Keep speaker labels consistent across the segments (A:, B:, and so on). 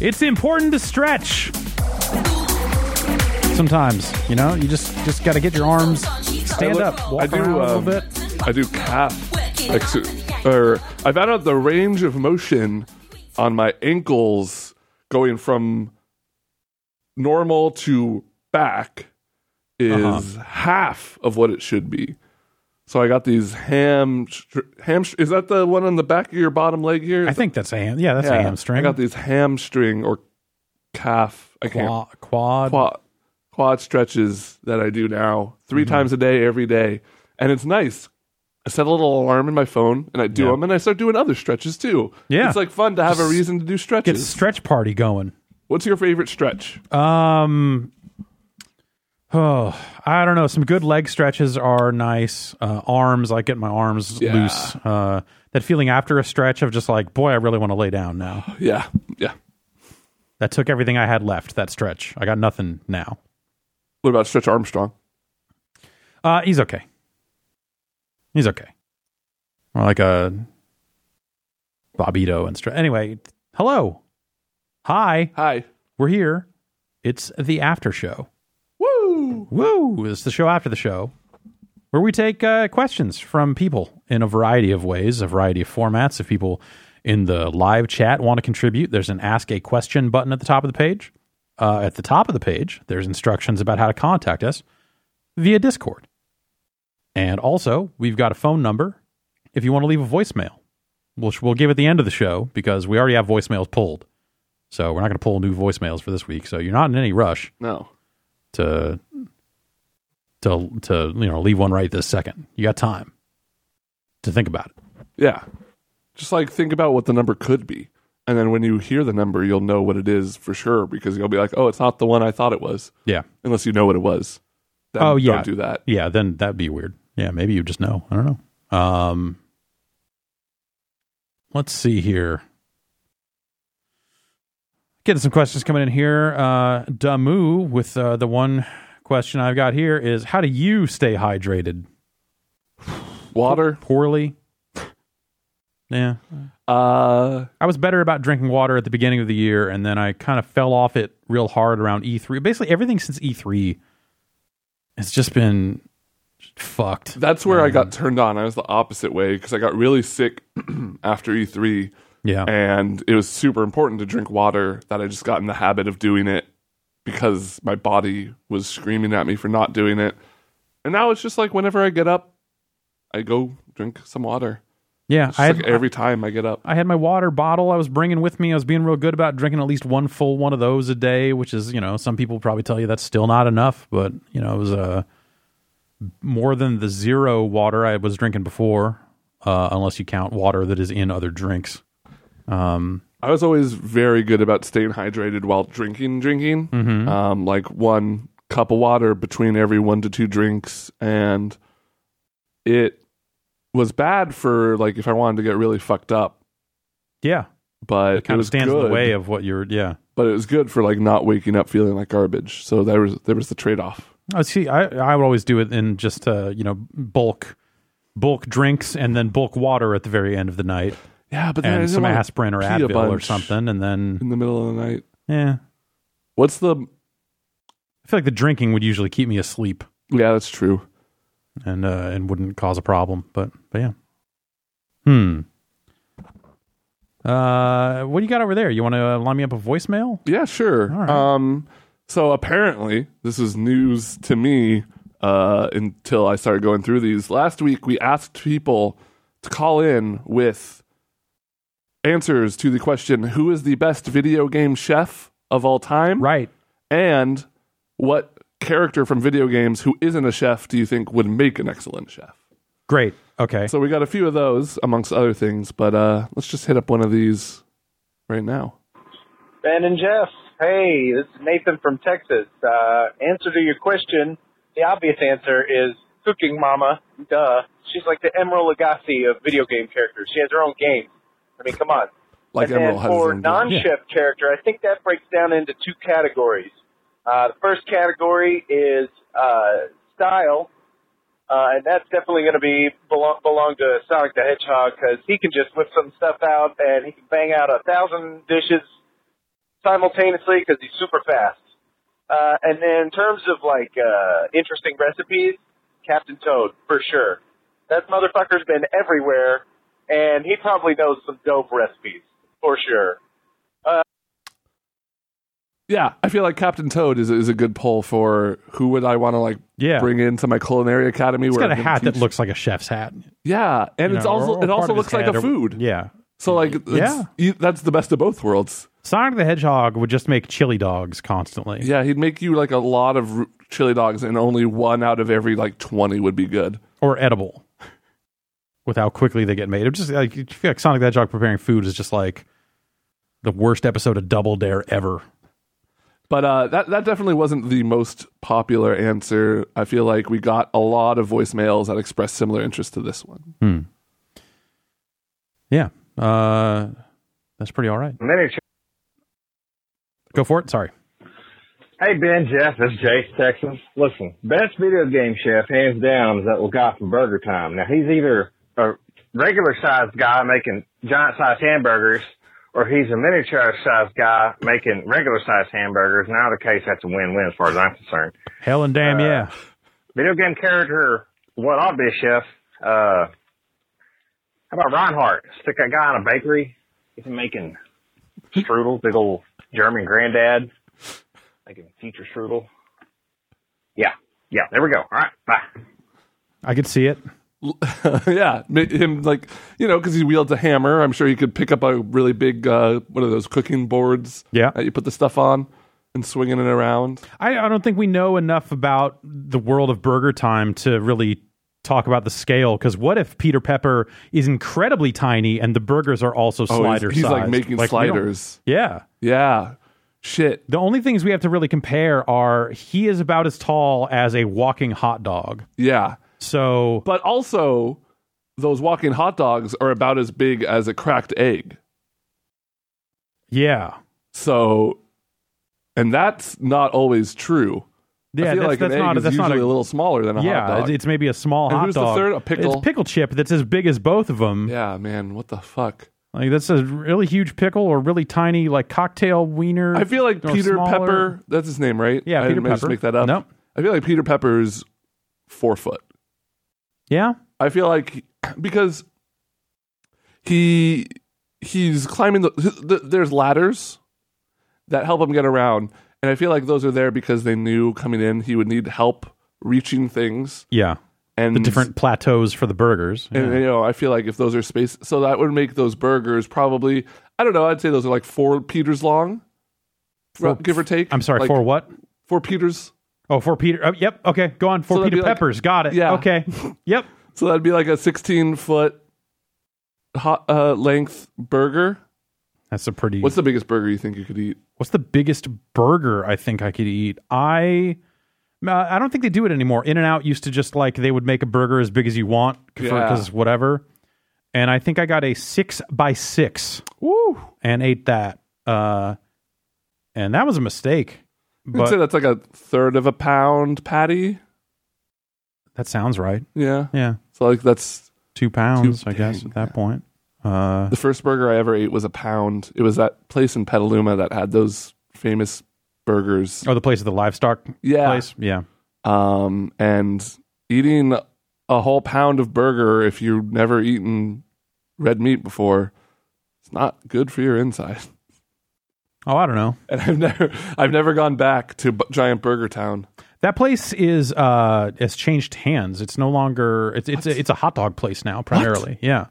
A: It's important to stretch. Sometimes, you know, you just just got to get your arms stand
B: look-
A: up, walk
B: I do,
A: around a
B: um,
A: little bit.
B: I do calf, exer- or er, I've added the range of motion on my ankles going from normal to back is
A: Uh-huh.
B: half of what it should be. So I got these ham ham. Is that the one on the back of your bottom leg here?
A: I think that's a ham. Yeah, that's
B: Yeah.
A: a hamstring.
B: I got these hamstring or calf. I can't
A: Qua- quad.
B: quad quad stretches that I do now 3 times a day every day, and it's nice. I set a little alarm in my phone, and I do
A: Yeah.
B: them, and I start doing other stretches too.
A: Yeah.
B: it's like fun to have a reason to
A: Get
B: do
A: a
B: stretches.
A: stretch party going.
B: What's your favorite stretch?
A: Um, oh, I don't know. Some good leg stretches are nice. Uh, arms, I get my arms
B: Yeah.
A: loose. Uh, that feeling after a stretch of just like, boy, I really want to lay down now.
B: yeah, yeah.
A: That took everything I had left. That stretch, I got nothing now.
B: What about Stretch Armstrong?
A: Uh, he's okay. He's okay. More like a Bobito and stretch. Anyway, hello, hi,
B: Hi,
A: we're here. It's the after show.
B: woo!
A: Woo! It's the show after the show where we take uh, questions from people in a variety of ways, a variety of formats. If people in the live chat want to contribute, there's an Ask a Question button at the top of the page. Uh, at the top of the page, there's instructions about how to contact us via Discord. And also, we've got a phone number if you want to leave a voicemail, which we'll give at the end of the show because we already have voicemails pulled. So we're not going to pull new voicemails for this week. So you're not in any rush
B: No,
A: to to to you know leave one right this second. You got time to think about it.
B: yeah. Just like think about what the number could be, and then when you hear the number, you'll know what it is for sure because you'll be like, "Oh, it's not the one I thought it was,"
A: Yeah,
B: unless you know what it was. Then
A: Oh, yeah.
B: don't do that.
A: yeah. Then that'd be weird. Yeah, maybe you just know. I don't know. Um, let's see here. Getting some questions coming in here. Uh, Damu with uh, the one question I've got here is how do you stay hydrated?
B: Water.
A: Poorly. Yeah,
B: Uh,
A: I was better about drinking water at the beginning of the year, and then I kind of fell off it real hard around E3. Basically, everything since E3 has just been fucked.
B: That's where I got
A: Mm-hmm.
B: turned on. I was the opposite way because I got really sick after E3,
A: Yeah.
B: and it was super important to drink water. That I just got in the habit of doing it because my body was screaming at me for not doing it. And now it's just like whenever I get up, I go drink some water.
A: yeah.
B: It's
A: I
B: just
A: had,
B: like every time I get up.
A: I had my water bottle I was bringing with me. I was being real good about drinking at least one full one of those a day, which is, you know, some people probably tell you that's still not enough, but, you know, it was uh, more than the zero water I was drinking before, uh, unless you count water that is in other drinks.
B: I was always very good about staying hydrated while drinking, drinking.
A: Mm-hmm.
B: Um, like one cup of water between every one to two drinks, and it was bad for like if I wanted to get really fucked up,
A: Yeah.
B: but it,
A: Kind of
B: was
A: stands
B: good.
A: in the way of what you're, yeah.
B: But it was good for like not waking up feeling like garbage. So there was there was the trade off.
A: Oh, see, I I would always do it in just uh, you know bulk bulk drinks and then bulk water at the very end of the night
B: Yeah, but then I
A: and
B: didn't
A: some
B: wanna
A: aspirin or
B: pee a
A: Advil or
B: bunch
A: something, and then
B: in the middle of the night.
A: yeah,
B: What's the?
A: I feel like the drinking would usually keep me asleep
B: Yeah, that's true.
A: and uh, and wouldn't cause a problem, but but yeah, hmm. Uh, what do you got over there? You want to uh, line me up a voicemail?
B: Yeah, sure.
A: All right.
B: Um, so apparently, this is news to me uh, until I started going through these. Last week, we asked people to call in with answers to the question Who is the best video game chef of all time?
A: Right.
B: And what character from video games who isn't a chef do you think would make an excellent chef?
A: Great. Okay.
B: So we got a few of those, amongst other things, but uh, let's just hit up one of these right now.
C: Ben and Jeff. Hey, this is Nathan from Texas. Uh, answer to your question, the obvious answer is Cooking Mama. Duh. She's like the Emerald Lagasse of video game characters. She has her own game. I mean, come on.
B: Like
C: and
B: Emerald
C: then
B: has his
C: for
B: own game.
C: non-chef character, I think that breaks down into two categories. Uh, the first category is uh, style, uh, and that's definitely going to be belong, belong to Sonic the Hedgehog because he can just whip some stuff out and he can bang out a thousand dishes simultaneously because he's super fast. Uh, and then in terms of like uh, interesting recipes, Captain Toad for sure. That motherfucker's been everywhere, and he probably knows some dope recipes for sure.
B: Yeah, I feel like Captain Toad is is a good pull for who would I want to like
A: Yeah.
B: bring into my culinary academy.
A: He's
B: where
A: got a
B: I'm gonna
A: hat that
B: teach-
A: looks like a chef's hat.
B: yeah, and
A: you
B: it's
A: know, or-
B: also
A: or
B: it
A: part
B: also
A: of his
B: looks like
A: head
B: a
A: or-
B: food.
A: Yeah.
B: So like it's,
A: Yeah.
B: you- that's the best of both worlds.
A: Sonic the Hedgehog would just make chili dogs constantly.
B: Yeah, he'd make you like a lot of r- chili dogs, and only one out of every like twenty would be good.
A: or edible with how quickly they get made. It's just like you feel like Sonic the Hedgehog preparing food is just like the worst episode of Double Dare ever.
B: But uh, that that definitely wasn't the most popular answer. I feel like we got a lot of voicemails that expressed similar interest to this one.
A: Yeah. Uh that's pretty all right.
D: Miniature.
A: Go for it. Sorry.
D: Hey Ben, Jeff, this is Jace, Texas. Listen, best video game chef hands down is that little guy from Burger Time. Now he's either a regular sized guy making giant sized hamburgers, or he's a miniature sized guy making regular sized hamburgers. In either case, that's a win win as far as I'm concerned.
A: Hell and damn yeah.
D: Video game character, what I'll be a chef. Uh, how about Reinhardt? Stick that guy in a bakery. He's making strudel, big old German granddad making future strudel. Yeah, yeah. There we go. All right, bye.
A: I could see it.
B: yeah, ma- him like you know because he wields a hammer. I'm sure he could pick up a really big uh, one of those cooking boards.
A: Yeah.
B: that you put the stuff on and swinging it around.
A: I, I don't think we know enough about the world of Burger Time to really talk about the scale. Because what if Peter Pepper is incredibly tiny and the burgers are also
B: Oh, he's-
A: slider
B: he's, like
A: sized?
B: making
A: we don't-
B: sliders.
A: Yeah.
B: Yeah, shit.
A: The only things we have to really compare are he is about as tall as a walking hot dog.
B: Yeah,
A: So
B: but also those walking hot dogs are about as big as a cracked egg.
A: yeah,
B: So, and that's not always true. I
A: yeah,
B: feel
A: that's,
B: like
A: that's
B: an egg
A: not
B: is
A: that's
B: usually
A: not
B: a, little smaller than a
A: yeah.
B: hot dog.
A: It's maybe a small
B: And
A: hot
B: who's the
A: dog.
B: third? A pickle?
A: It's pickle chip that's as big as both of them.
B: yeah, man, what the fuck?
A: Like that's a really huge pickle or really tiny like cocktail wiener.
B: I feel like
A: or
B: Peter
A: smaller.
B: Pepper. That's his name, right?
A: Yeah,
B: I
A: Peter
B: didn't just
A: Pepper.
B: make that up.
A: Nope.
B: I feel like Peter Pepper's four foot.
A: Yeah,
B: I feel like because he he's climbing the, the there's ladders that help him get around, and I feel like those are there because they knew coming in he would need help reaching things
A: yeah.
B: and
A: The different plateaus for the burgers.
B: Mm. And
A: Yeah.
B: you know, I feel like if those are space, so that would make those burgers probably. I don't know. I'd say those are like four peters long, r- give or take.
A: I'm sorry
B: like
A: for what?
B: four peters.
A: Oh, for Peter. Oh, yep. Okay, go on. For
B: So that'd
A: Peter
B: be like-
A: Peppers. Got it.
B: Yeah.
A: Okay. yep.
B: So that'd be like a 16 foot hot, uh, length burger.
A: That's a pretty.
B: What's the biggest burger you think you could eat?
A: what's the biggest burger I think I could eat? I uh, I don't think they do it anymore. In and Out used to just like they would make a burger as big as you want
B: Yeah.
A: because whatever. And I think I got a six by six
B: Woo!
A: and ate that. Uh, and that was a mistake.
B: I'd say
A: But
B: that's like a third of a pound patty.
A: that sounds right.
B: Yeah.
A: Yeah,
B: So like that's
A: two pounds, I guess,
B: dang,
A: at that point. Uh,
B: the first burger I ever ate was a pound. It was that place in Petaluma that had those famous burgers.
A: oh, the place of the livestock
B: Yeah.
A: place. Yeah,
B: um, and eating a whole pound of burger if you've never eaten red meat before it's not good for your inside
A: Oh, I don't know.
B: and i've never i've never gone back to B- giant burger town
A: That place is uh has changed hands. It's no longer it's it's a, it's a hot dog place now primarily. Yeah.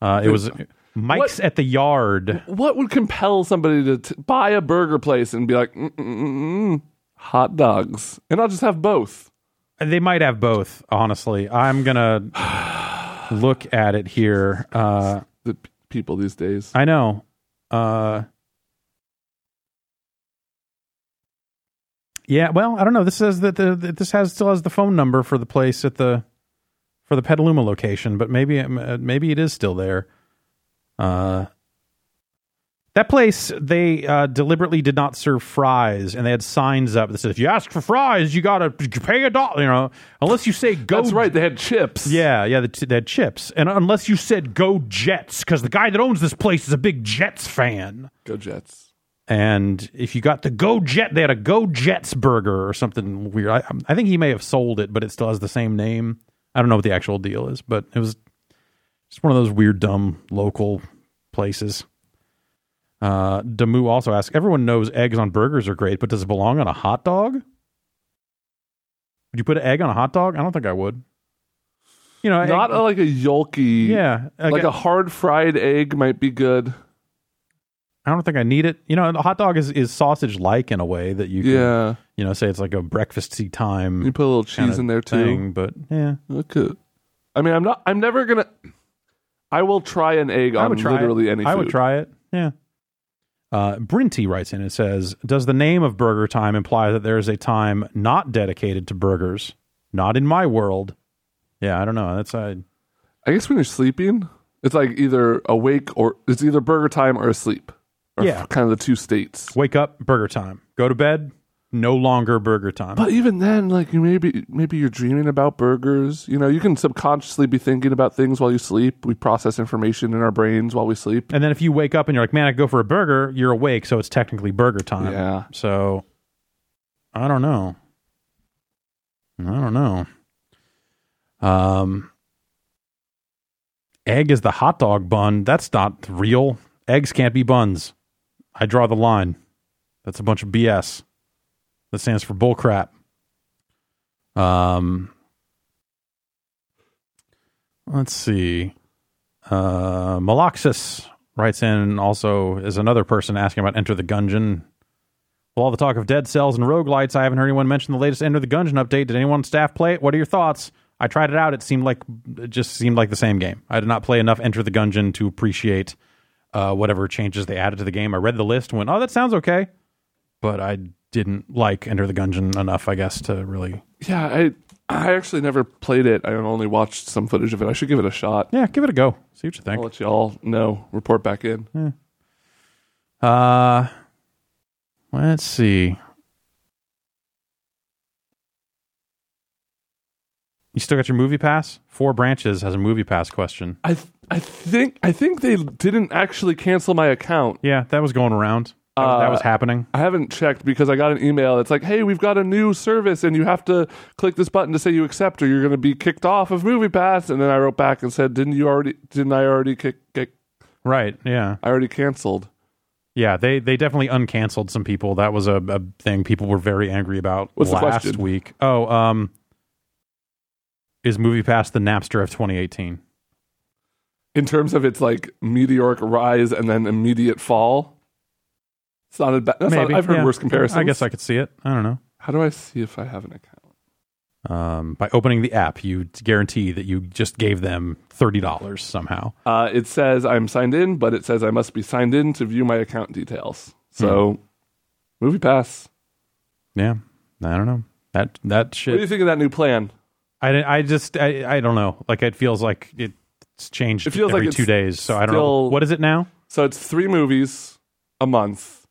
A: Uh it was Mike's at the Yard.
B: what would compel somebody to t- buy a burger place and be like "Mm, mm, mm, mm, hot dogs and i'll just have both
A: They might have both, honestly. I'm going to look at it here. Uh
B: the p- people these days
A: I know. Uh Yeah, well, I don't know. This says that the that this has still has the phone number for the place at the for the Petaluma location, but maybe it- uh, maybe it is still there. Uh that place they uh, deliberately did not serve fries, and they had signs up that said, "If you ask for fries, you gotta pay a dollar." You know, unless you say go
B: that's right they had chips
A: Oh. yeah, yeah, the, they had chips. And unless you said go Jets, because the guy that owns this place is a big Jets fan.
B: go jets
A: And if you got the Go Jet, they had a Go Jets burger or something weird. I, um, I think he may have sold it, but it still has the same name. I don't know what the actual deal is, but it was just one of those weird, dumb local places. Uh, Damu also asks, everyone knows eggs on burgers are great, but does it belong on a hot dog? Would you put an egg on a hot dog? I don't think I would. You know,
B: Not
A: egg-
B: a, like a yolky.
A: yeah,
B: Like
A: I
B: a hard fried egg might be good.
A: I don't think I need it. You know, a hot dog is, is sausage like in a way that you can,
B: Yeah.
A: you know, say it's like a breakfasty time.
B: You put a little
A: kinda
B: cheese in there too.
A: thing, but yeah,
B: Okay. I mean, I'm not. I'm never gonna. I will try an egg
A: I
B: on
A: would try
B: literally
A: it.
B: any.
A: I would
B: food.
A: try it. Yeah. Uh, Brinty writes in and says, "Does the name of Burger Time imply that there is a time not dedicated to burgers? Not in my world." Yeah, I don't know. That's I.
B: I guess when you're sleeping, it's like either awake or it's either burger time or asleep. Or
A: Yeah.
B: kind of the two states.
A: Wake up, Burger Time. Go to bed, no longer Burger Time.
B: But even then, like you maybe maybe you're dreaming about burgers. You know, you can subconsciously be thinking about things while you sleep. We process information in our brains while we sleep.
A: and then if you wake up and you're like, "Man, I could go for a burger," you're awake, so it's technically Burger Time.
B: Yeah.
A: So I don't know. I don't know. Um egg is the hot dog bun. That's not real. Eggs can't be buns. I draw the line. That's a bunch of BS. That stands for bullcrap. Um Let's see. Uh Maloxis writes in also is another person asking about Enter the Gungeon. With all the talk of dead cells and roguelites, I haven't heard anyone mention the latest Enter the Gungeon update. Did anyone on staff play it? What are your thoughts? I tried it out. It seemed like it just seemed like the same game. I did not play enough Enter the Gungeon to appreciate uh, whatever changes they added to the game. I read the list and went, "Oh, that sounds okay," but I didn't like Enter the Gungeon enough, I guess, to really.
B: Yeah, I I actually never played it. I only watched some footage of it. I should give it a shot.
A: Yeah, give it a go. See what you
B: I'll
A: think.
B: let you all know. Report back in.
A: Uh, let's see. You still got your movie pass? Four branches has a movie pass question.
B: I th- I think I think they didn't actually cancel my account.
A: Yeah, that was going around. That, was-
B: Uh,
A: that was happening.
B: I haven't checked because I got an email that's like, "Hey, we've got a new service, and you have to click this button to say you accept, or you're going to be kicked off of MoviePass." And then I wrote back and said, "Didn't you already? Didn't I already kick? kick
A: Right. Yeah.
B: I already canceled."
A: Yeah. They they definitely uncanceled some people. That was a, a thing people were very angry about
B: What's the
A: last
B: question?
A: week. Oh, um, is Movie Pass the Napster of 2018?
B: In terms of its like meteoric rise and then immediate fall, it's not a bad. That's
A: Maybe.
B: not, I've heard
A: yeah.
B: worse comparisons.
A: I guess I could see it. I don't know.
B: How do I see if I have an account?
A: Um, by opening the app, you guarantee that you just gave them thirty dollars somehow.
B: Uh, it says I'm signed in, but it says I must be signed in to view my account details. So,
A: Hmm.
B: MoviePass.
A: Yeah. I don't know. That that
B: What do
A: shit.
B: you think of that new plan?
A: I didn't- I just I, I don't know. Like it feels like it. It's changed
B: It feels
A: every
B: like
A: two
B: it's
A: days, so I don't know.
B: still-
A: What is it now?
B: So it's three movies a month.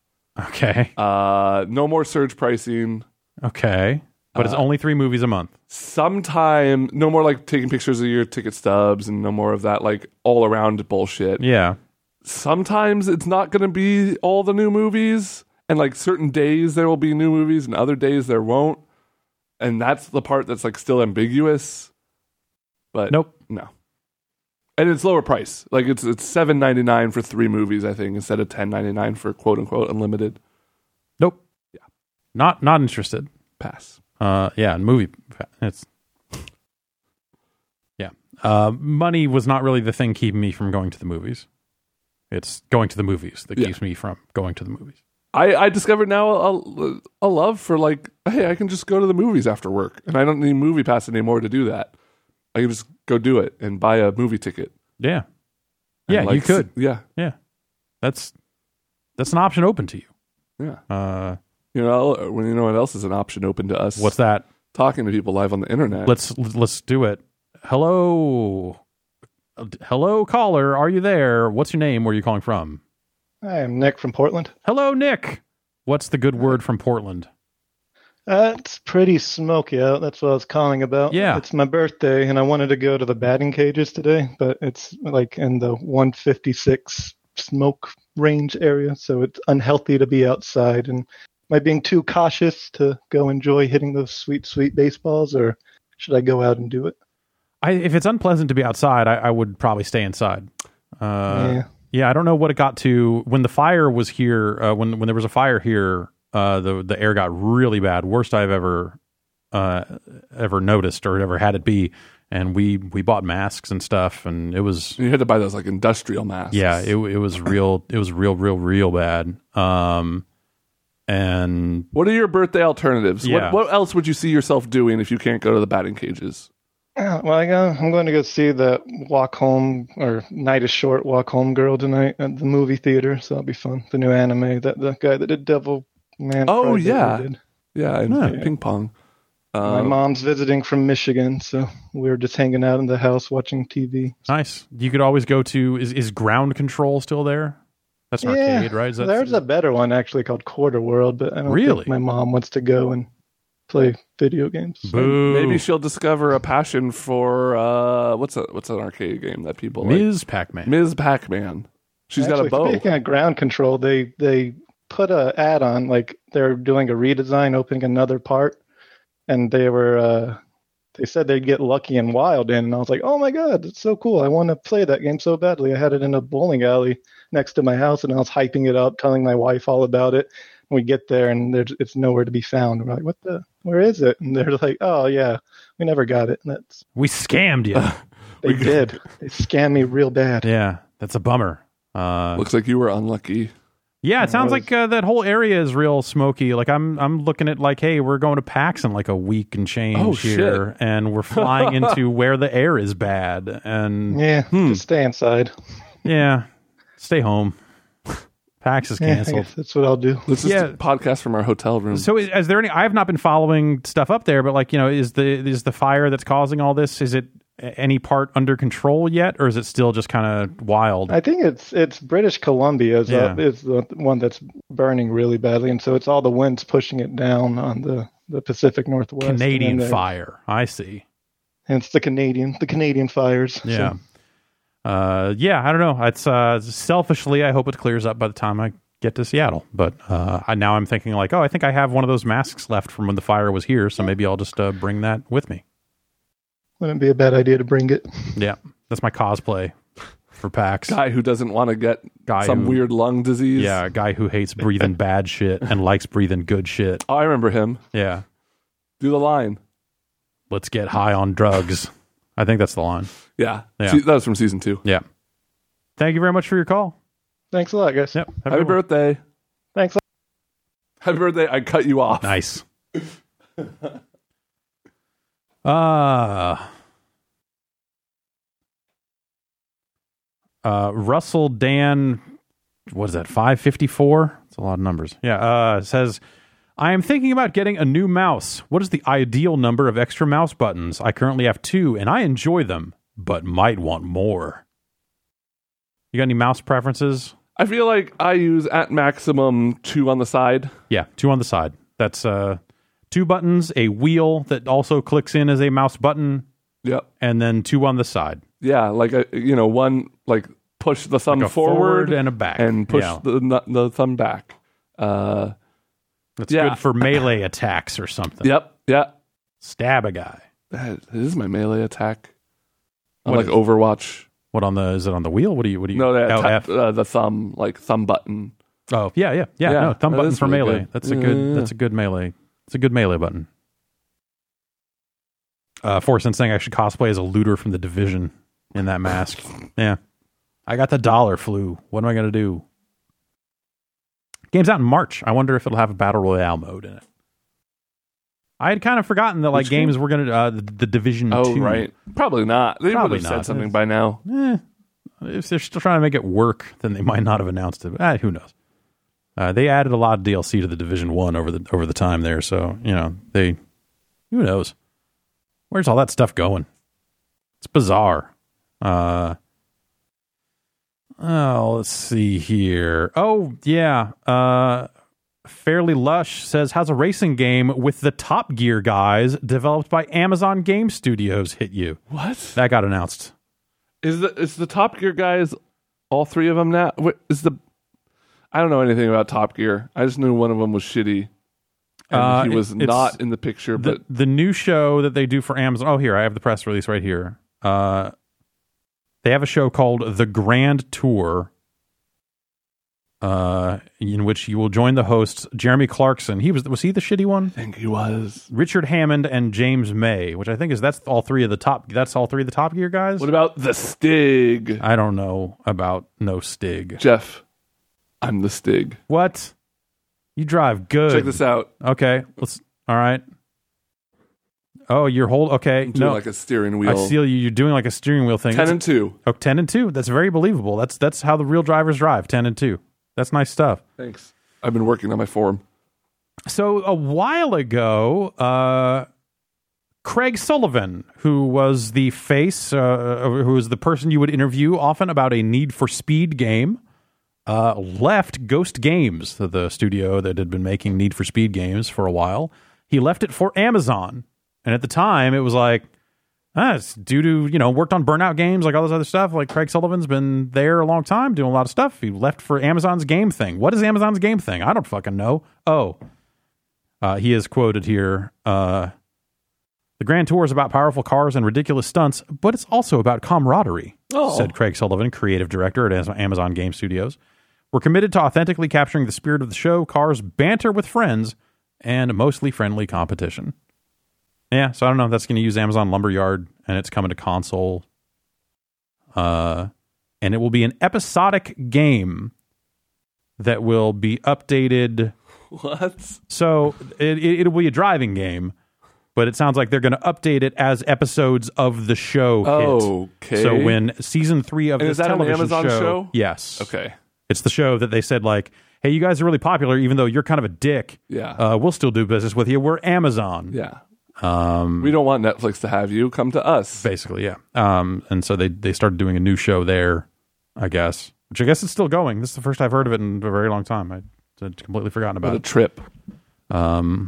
A: Okay.
B: Uh, no more surge pricing.
A: Okay. But
B: Uh,
A: it's only three movies a month.
B: Sometime, no more like taking pictures of your ticket stubs and no more of that like all around bullshit.
A: Yeah.
B: Sometimes it's not going to be all the new movies. And like certain days there will be new movies and other days there won't. And that's the part that's like still ambiguous. But
A: Nope.
B: No. And it's lower price. Like it's it's seven ninety nine for three movies, I think, instead of ten ninety nine for quote unquote unlimited
A: Nope. Yeah. Not not interested.
B: pass.
A: Uh yeah, and movie it's Yeah. Uh money was not really the thing keeping me from going to the movies. It's going to the movies that
B: Yeah.
A: keeps me from going to the movies.
B: I, I discovered now a, a love for like, hey, I can just go to the movies after work, and I don't need Movie Pass anymore to do that. I can just go do it and buy a movie ticket.
A: Yeah.
B: And,
A: Yeah,
B: like,
A: you could.
B: s- Yeah,
A: Yeah. That's that's an option open to you.
B: yeah.
A: Uh
B: You know, when you know what else is an option open to us?
A: what's that?
B: talking to people live on the internet?
A: Let's let's do it. Hello. Hello caller, are you there? What's your name? Where are you calling from?
E: Hi, I'm Nick from Portland.
A: Hello, Nick. What's the good word from Portland?
E: Uh, it's pretty smoky out. That's what I was calling about.
A: Yeah.
E: It's my birthday, and I wanted to go to the batting cages today, but it's like in the 156 smoke range area, so it's unhealthy to be outside. And am I being too cautious to go enjoy hitting those sweet, sweet baseballs, or should I go out and do it?
A: I, if it's unpleasant to be outside, I, I would probably stay inside. Uh, yeah.
E: Yeah.
A: I don't know what it got to when the fire was here. Uh, when when there was a fire here, uh, the the air got really bad, worst I've ever uh, ever noticed or ever had it be. And we we bought masks and stuff, and it was
B: You had to buy those like industrial masks.
A: yeah, it it was real, it was real, real, real bad. Um, and
B: what are your birthday alternatives?
A: Yeah.
B: What, what else would you see yourself doing if you can't go to the batting cages?
E: Yeah, well, I go, I'm going to go see that Walk Home or Night is Short Walk Home Girl tonight at the movie theater, so that'll be fun. The new anime that the guy that did Devil Man.
B: Oh,
E: Cry Baby
B: yeah.
E: did.
B: Yeah, and
A: Yeah.
B: ping pong.
E: My
B: Um,
E: mom's visiting from Michigan, so we were just hanging out in the house watching TV.
A: nice, you could always go to is is ground control still there? That's an arcade, right? Is that,
E: there's a better one actually called Quarter World, but I don't
A: Really?
E: think my mom wants to go and play video games.
A: boo.
B: maybe she'll discover a passion for uh, what's a, what's an arcade game that people like?
A: Ms. Pac Man.
B: Ms. Pac Man. She's got a
E: Actually,
B: bow.
E: Speaking of ground control, they they put a ad on like they're doing a redesign, opening another part, and they were uh, they said they'd get Lucky and Wild in, and I was like, oh my god, it's so cool! I want to play that game so badly. I had it in a bowling alley next to my house, and I was hyping it up, telling my wife all about it. We get there and there's it's nowhere to be found. We're like, what the? Where is it? And they're like, oh yeah, we never got it. And that's
A: We scammed you.
E: they did. They scammed me real bad.
A: yeah, that's a bummer. Uh,
B: Looks like you were unlucky.
A: yeah, it sounds
E: was-
A: like uh, that whole area is real smoky. Like I'm, I'm looking at like, hey, we're going to PAX in like a week and change
B: Oh, shit.
A: here, and we're flying into where the air is bad, and
E: Yeah,
B: Hmm.
E: just stay inside.
A: yeah, stay home. PAX is
E: Yeah, I
A: canceled.
E: guess that's what I'll do.
B: This is
A: Yeah.
B: a podcast from our hotel room.
A: So is, is there any? I have not been following stuff up there, but like you know, is the is the fire that's causing all this? Is it a- any part under control yet, or is it still just kind of wild?
E: I think it's it's British Columbia is
A: Yeah.
E: the, is the one that's burning really badly, and so it's all the winds pushing it down on the, the Pacific Northwest. and then
A: Canadian
E: the-
A: fire. I see.
E: And it's the Canadian the Canadian fires.
A: Yeah.
E: So,
A: Uh, yeah, I don't know. It's uh, selfishly, I hope it clears up by the time I get to Seattle. But uh, I, now I'm thinking like, oh, I think I have one of those masks left from when the fire was here, so maybe I'll just uh, bring that with me.
E: wouldn't be a bad idea to bring it.
A: Yeah, that's my cosplay for PAX.
B: guy who doesn't want to get
A: Guy
B: some
A: who-
B: weird lung disease.
A: Yeah, a guy who hates breathing bad shit and likes breathing good shit.
B: Oh, I remember him.
A: Yeah,
B: Do the line.
A: let's get high on drugs. I think that's the line.
B: Yeah.
A: Yeah.
B: See, that was from season two.
A: Yeah. Thank you very much for your call.
E: Thanks a lot, guys.
A: Yep. Have a
B: Happy
A: good one.
B: birthday.
E: Thanks. A
B: Happy birthday. I cut you off.
A: Nice. Uh, uh, Russell Dan, what is that, 554? It's a lot of numbers. Yeah, uh, says, I am thinking about getting a new mouse. What is the ideal number of extra mouse buttons? I currently have two, and I enjoy them, but might want more. You got any mouse preferences?
B: I feel like I use at maximum two on the side.
A: Yeah, two on the side. That's uh, two buttons, a wheel that also clicks in as a mouse button,
B: Yep.
A: and then two on the side.
B: Yeah. Like, a, you know, one, like push the thumb
A: Like a
B: forward,
A: and a back.
B: and push
A: Yeah.
B: the, nu- the thumb back. Uh,
A: That's
B: yeah.
A: good for melee attacks or something.
B: yep. Yeah.
A: Stab a guy.
B: That is my melee attack.
A: What
B: Unlike
A: is-
B: Overwatch.
A: What on the is it on the wheel? What do you what do you
B: No, that
A: oh,
B: tap-
A: F.
B: uh, the thumb, like thumb button.
A: Oh, yeah, yeah, yeah.
B: Yeah,
A: no, thumb
B: that
A: button
B: is
A: for
B: really
A: melee.
B: good.
A: That's a
B: Yeah,
A: good
B: yeah, yeah.
A: that's a good melee. It's a good melee button. Uh Forsen saying I should cosplay as a looter from the division in that mask. yeah. I got the dollar flu. What am I gonna do? Game's out in March. I wonder if it'll have a battle royale mode in it. I had kind of forgotten that like
B: Which game?
A: games were gonna uh the, the division
B: Oh,
A: two.
B: right. Probably not. They
A: Probably
B: would have
A: not.
B: said something by now.
A: Eh, if they're still trying to make it work, then they might not have announced it. But, eh, who knows? Uh, they added a lot of DLC to the Division One over the over the time there, so you know they. Who knows? Where's all that stuff going? It's bizarre. Uh, oh, let's see here. Oh yeah. Uh, Fairly Lush says, "How's a racing game with the Top Gear guys developed by Amazon Game Studios hit you?"
B: What
A: That got announced.
B: is the is the Top Gear guys All three of them now. What is the? I don't know anything about Top Gear. I just knew one of them was shitty, and
A: Uh,
B: he
A: it-
B: was
A: it's
B: not in the picture.
A: the,
B: But
A: the new show that they do for Amazon. Oh, here I have the press release right here. Uh, they have a show called The Grand Tour, uh, in which you will join the hosts Jeremy Clarkson. He was was he the shitty one?
B: I think he was.
A: Richard Hammond and James May, which I think is that's all three of the top. That's all three of the Top Gear guys.
B: What about the Stig,
A: I don't know about no Stig.
B: Jeff? I'm the Stig.
A: What? You drive good.
B: Check this out.
A: Okay, let's. All right. Oh, you're hold. Okay,
B: I'm doing
A: no,
B: like a steering
A: I
B: wheel.
A: see you. You're doing like a steering wheel thing.
B: Ten
A: That's-
B: and two.
A: oh, 10 and two. That's very believable. That's that's how the real drivers drive. Ten and two. That's nice stuff.
B: Thanks. I've been working on my form.
A: So a while ago, uh, Craig Sullivan, who was the face, uh, who was the person you would interview often about a Need for Speed game, uh, left Ghost Games, the- the studio that had been making Need for Speed games for a while. He left it for Amazon, and at the time, it was like. Ah, it's due to you know worked on burnout games like all this other stuff like craig sullivan's been there a long time doing a lot of stuff he left for amazon's game thing what is amazon's game thing i don't fucking know oh uh, he is quoted here. Uh, the Grand Tour is about powerful cars and ridiculous stunts, but it's also about camaraderie, said Craig Sullivan, creative director at Am- Amazon Game Studios. We're committed to authentically capturing the spirit of the show, cars, banter with friends, and mostly friendly competition. Yeah, so I don't know if that's going to use Amazon Lumberyard, and it's coming to console. Uh, and it will be an episodic game that will be updated.
B: What?
A: So it, it, it'll be a driving game, but it sounds like they're going to update it as episodes of the show. hit.
B: Okay.
A: So when season three of
B: And
A: this
B: is that an
A: television
B: Amazon show?
A: yes,
B: Okay.
A: it's the show that they said like, "Hey, you guys are really popular, even though you're kind of a dick.
B: Yeah.
A: Uh, we'll still do business with you. We're Amazon."
B: yeah.
A: Um,
B: We don't want Netflix to have you. Come to us.
A: basically, yeah. Um, and so they they started doing a new show there, I guess. Which I guess it's still going. This is the first I've heard of it in a very long time. I would completely forgotten about
B: What
A: it.
B: a trip.
A: Um,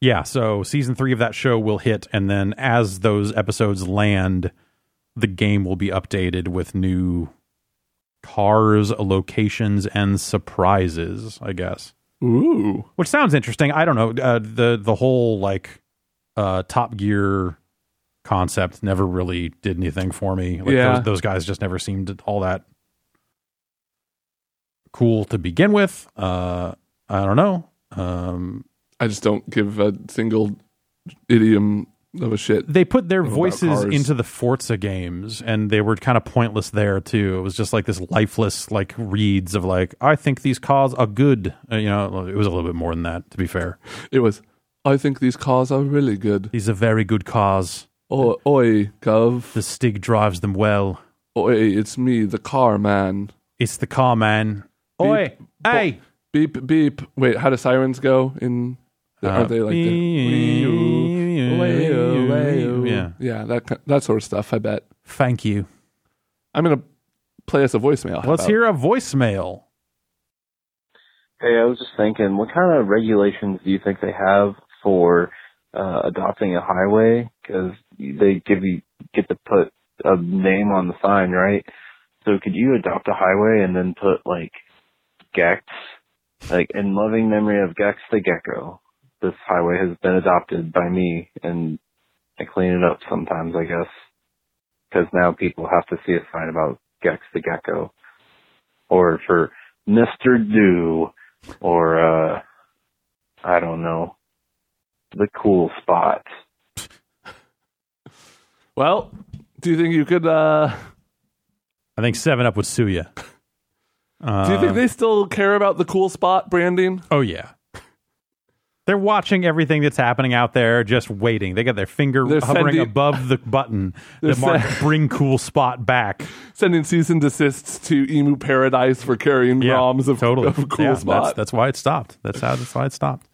A: yeah, so season three of that show will hit, and then as those episodes land, the game will be updated with new cars, locations, and surprises. I guess,
B: Ooh.
A: which sounds interesting. I don't know uh, the the whole like uh, Top Gear concept never really did anything for me. Like
B: Yeah.
A: those, those guys just never seemed all that cool to begin with. Uh, I don't know. Um,
B: I just don't give a single idiom of a shit.
A: they put their
B: about
A: voices
B: cars.
A: into the Forza games, and they were kind of pointless there too. It was just like this lifeless, like reads of like, I think these cars are good. Uh, you know, it was a little bit more than that, to be fair.
B: It was, I think these cars are really good.
A: These are very good cars.
B: Oi, oi, Gov.
A: The Stig drives them well.
B: Oi, it's me, the car man.
A: It's the car man. Oi, hey.
B: Beep, beep. Wait, how do sirens go in? are
A: Uh,
B: they like.
A: beep,
B: The,
A: yeah.
B: Yeah, that, ki- that sort of stuff, I bet.
A: Thank you.
B: I'm going to play us a voicemail. How
A: Let's
B: about-
A: hear a voicemail.
F: Hey, I was just thinking, what kind of regulations do you think they have for uh, adopting a highway? Because they give you get to put a name on the sign, right? So could you adopt a highway and then put like Gex, like in loving memory of Gex the gecko? This highway has been adopted by me, and I clean it up sometimes, I guess, because now people have to see a sign about Gex the gecko, or for Mister Do or uh I don't know. The cool spot.
B: Well, do you think you could. uh
A: I think Seven Up would sue you.
B: Do you
A: Uh.
B: think they still care about the cool spot branding?
A: Oh yeah. They're watching everything that's happening out there, just waiting. They got their finger
B: They're
A: hovering
B: sending-
A: above the button
B: They're
A: that marks
B: sen-
A: "Bring Cool Spot Back."
B: Sending cease and desists to Emu Paradise for carrying ROMs of,
A: totally
B: of cool
A: Yeah,
B: spot.
A: That's, that's why it stopped. That's how. That's why it stopped.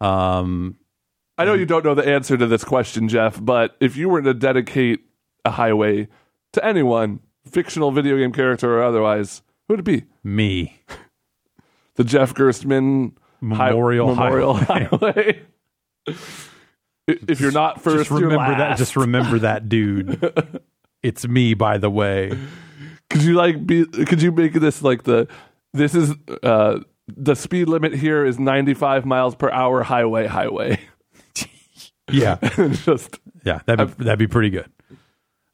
A: Um,
B: I know you don't know the answer to this question, Jeff, but if you were to dedicate a highway to anyone, fictional video game character or otherwise, who would it be?
A: me
B: The Jeff Gerstmann Hi-
A: Memorial
B: Memorial
A: Highway.
B: Highway. I- if you're not first,
A: Just remember
B: you're
A: that.
B: last.
A: Just remember that, dude. it's me, by the way.
B: Could you like be? Could you make this like the? This is uh the speed limit here is 95 miles per hour highway highway.
A: Yeah,
B: Just
A: yeah, that'd be, that'd be pretty good.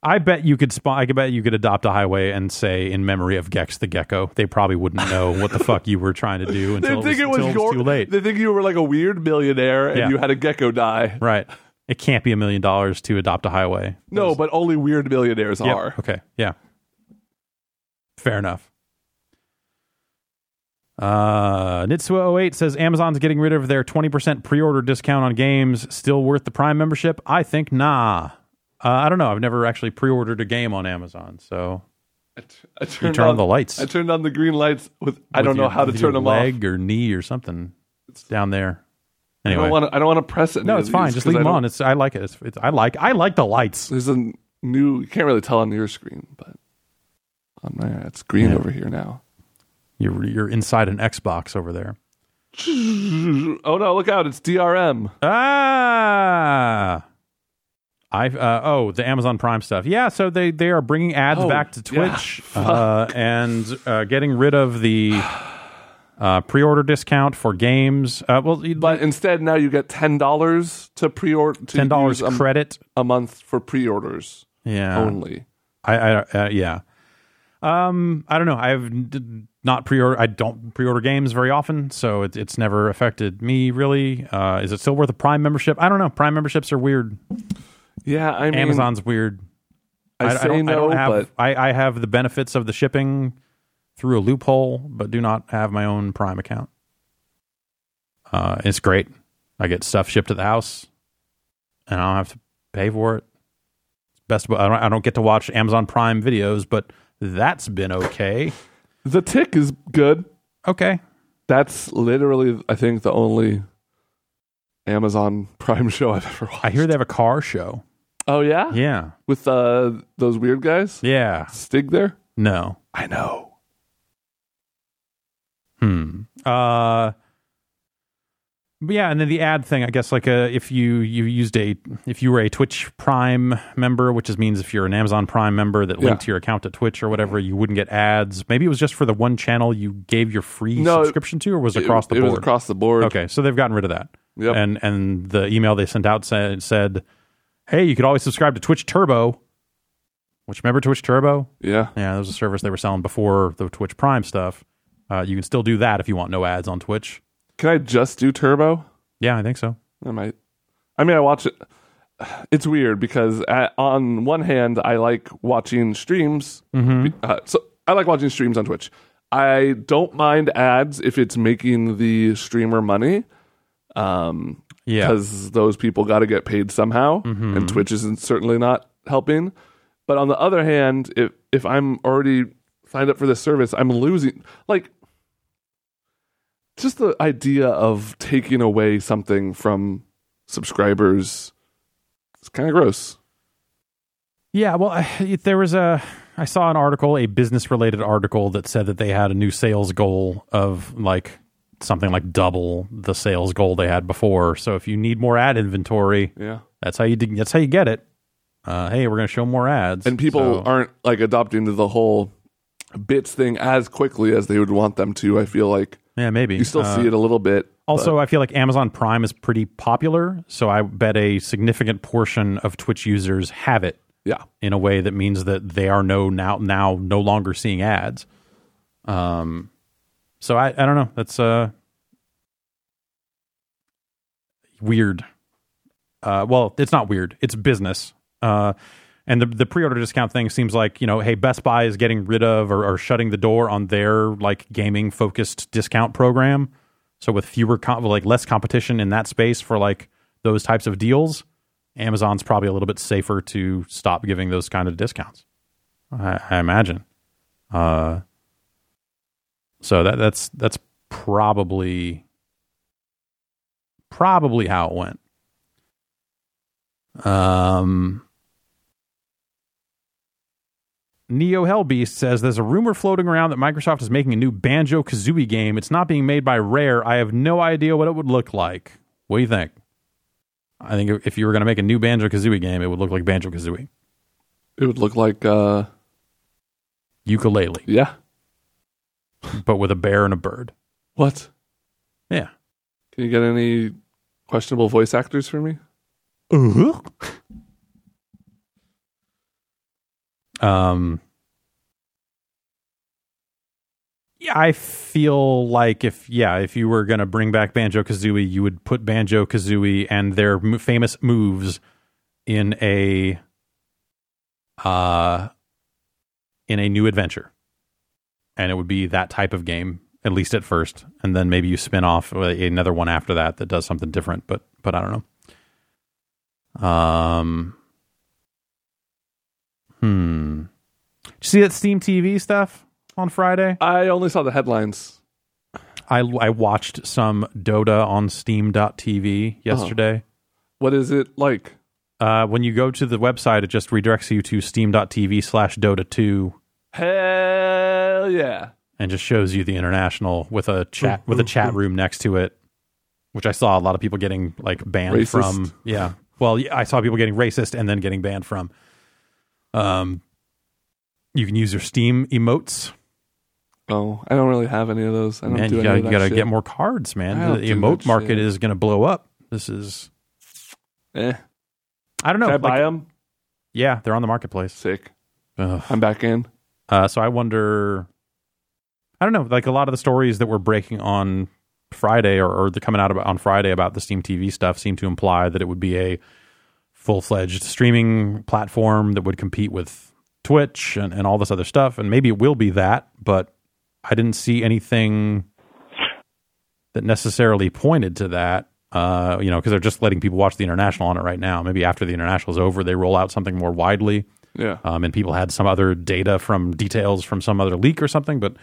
A: I bet you could spot. I could bet you could adopt a highway and say in memory of Gex the gecko. They probably wouldn't know what the fuck you were trying to do
B: they
A: until,
B: think it was,
A: until
B: your.
A: too late.
B: They think you were like a weird millionaire and
A: Yeah.
B: you had a gecko die.
A: right? It can't be a million dollars to adopt a highway.
B: No, but only weird millionaires
A: Yep.
B: are.
A: Okay. Yeah. Fair enough. Uh, Nitsuo08 says Amazon's getting rid of their 20% pre order discount on games. Still worth the Prime membership? I think nah. Uh, I don't know. I've never actually pre ordered a game on Amazon. So
B: I, t- I turned
A: turn on
B: on
A: the lights.
B: I turned on the green lights with. I
A: with
B: don't know
A: your-
B: how to
A: with your
B: turn them off.
A: leg or knee or something. It's down there. Anyway.
B: I don't want. to. I don't want to press it.
A: no, it's fine. Just leave them on. It's I like it. It's, it's, I like I like the lights.
B: There's a new. You can't really tell on your screen, but on my it's green over here now.
A: You're you're inside an Xbox over there.
B: Oh no! Look out! It's DRM.
A: Ah. I uh, oh the Amazon Prime stuff. Yeah, so they they are bringing ads
B: Oh,
A: back to
B: yeah.
A: Twitch uh, and uh, getting rid of the uh, pre-order discount for games. Uh, well, you'd like
B: But instead, now you get ten dollars to pre-order. to
A: ten dollars
B: use um, Oh, a,
A: credit.
B: a month for pre-orders
A: Yeah,
B: only.
A: I, I uh, yeah. Um, I don't know. I've d- not pre-order. I don't pre-order games very often, so it, it's never affected me really. Uh, is it still worth a Prime membership? I don't know. Prime memberships are weird.
B: Yeah, I mean,
A: Amazon's weird.
B: I, say
A: don't,
B: no,
A: don't have,
B: but
A: I, I have the benefits of the shipping through a loophole, but do not have my own Prime account. Uh, it's great. I get stuff shipped to the house, and I don't have to pay for it. It's best. of- I don't, I don't get to watch Amazon Prime videos, but that's been okay.
B: the tick is good.
A: Okay,
B: That's literally, I think, the only Amazon Prime show I've ever watched.
A: I hear they have a car show.
B: Oh yeah,
A: Yeah,
B: with uh, those weird guys.
A: yeah.
B: Stig there.
A: No.
B: I know.
A: Hmm. Uh. but yeah, and then the ad thing, I guess, like uh, if you you used a if you were a Twitch Prime member, which is means if you're an Amazon Prime member that linked to
B: Yeah.
A: your account at Twitch or whatever, you wouldn't get ads. Maybe it was just for the one channel you gave your free
B: No, it-
A: subscription to, or was it across
B: it,
A: the
B: it
A: board?
B: was across the board.
A: Okay, so they've gotten rid of that.
B: Yep.
A: And and the email they sent out said said, "Hey, you could always subscribe to Twitch Turbo." Which remember Twitch Turbo?
B: Yeah.
A: Yeah, there was a service they were selling before the Twitch Prime stuff. Uh, you can still do that if you want no ads on Twitch.
B: Can I just do Turbo?
A: Yeah, I think so.
B: I might. I mean, I watch it. It's weird because I, on one hand, I like watching streams. Uh, so I like watching streams on Twitch. I don't mind ads if it's making the streamer money. Um,
A: Yeah, Mm-hmm.
B: because those people got to get paid somehow, and Twitch isn't certainly not helping. But on the other hand, if if I'm already signed up for this service, I'm losing like just the idea of taking away something from subscribers. It's kind of gross.
A: yeah. Well, I, if there was a. I saw an article, a business-related article that said that they had a new sales goal of like something like double the sales goal they had before. So if you need more ad inventory,
B: Yeah,
A: that's how you dig- that's how you get it. Uh, hey, we're going to show more ads,
B: and people
A: So-
B: aren't like adopting to the whole bits thing as quickly as they would want them to. I feel like
A: yeah maybe
B: you still
A: Uh,
B: see it a little bit.
A: Also, I feel like Amazon Prime is pretty popular, so I bet a significant portion of Twitch users have it
B: Yeah,
A: in a way that means that they are no now now no longer seeing ads. Um, so I I don't know. That's uh weird. Uh, well, it's not weird. It's business. Uh, and the the pre order discount thing seems like you know, hey, Best Buy is getting rid of or, or shutting the door on their like gaming focused discount program. So with fewer com- like less competition in that space for like those types of deals, Amazon's probably a little bit safer to stop giving those kind of discounts. I, I imagine. Uh, so that that's that's probably probably how it went. Um. Neo Hellbeast says there's a rumor floating around that Microsoft is making a new Banjo Kazooie game. It's not being made by Rare. I have no idea what it would look like. What do you think? I think if you were going to make a new Banjo Kazooie game, it would look like Banjo Kazooie.
B: it would look like uh,
A: ukulele,
B: Yeah.
A: but with a bear and a bird.
B: What?
A: Yeah.
B: Can you get any questionable voice actors for me?
A: Um, yeah, I feel like if yeah, if you were gonna bring back Banjo Kazooie, you would put Banjo Kazooie and their mo- famous moves in a uh in a new adventure, and it would be that type of game at least at first, and then maybe you spin off uh, another one after that that does something different. But but I don't know. Um. Hmm. Did you see that Steam TV stuff on Friday?
B: I only saw the headlines.
A: I, I watched some Dota on Steam.tv yesterday.
B: What is it like?
A: Uh, when you go to the website, it just redirects you to Steam.tv slash Dota 2
B: Hell yeah.
A: and just shows you the international with a chat with a chat room next to it, which I saw a lot of people getting like banned
B: Racist.
A: from. Yeah. Well, yeah, I saw people getting racist and then getting banned from. Um, you can use your Steam emotes
B: Oh, I don't really have any of those. I don't
A: man,
B: do
A: you
B: any
A: gotta,
B: of that
A: you gotta
B: shit.
A: get more cards, man.
B: I don't
A: The
B: do
A: emote
B: that
A: market
B: shit.
A: is gonna blow up. This is
B: Eh.
A: I don't know.
B: Can I
A: like-
B: buy them?
A: yeah, they're on the marketplace.
B: Sick.
A: Ugh.
B: I'm back in.
A: Uh, so I wonder. I don't know. Like a lot of the stories that we're breaking on Friday or, or the coming out about, on Friday about the Steam TV stuff seem to imply that it would be a full fledged streaming platform that would compete with Twitch and, and all this other stuff. And maybe it will be that, but I didn't see anything that necessarily pointed to that. Uh, you know, because they're just letting people watch the international on it right now. Maybe after the international is over, they roll out something more widely
B: Yeah.
A: um, and people had some other data from details from some other leak or something, but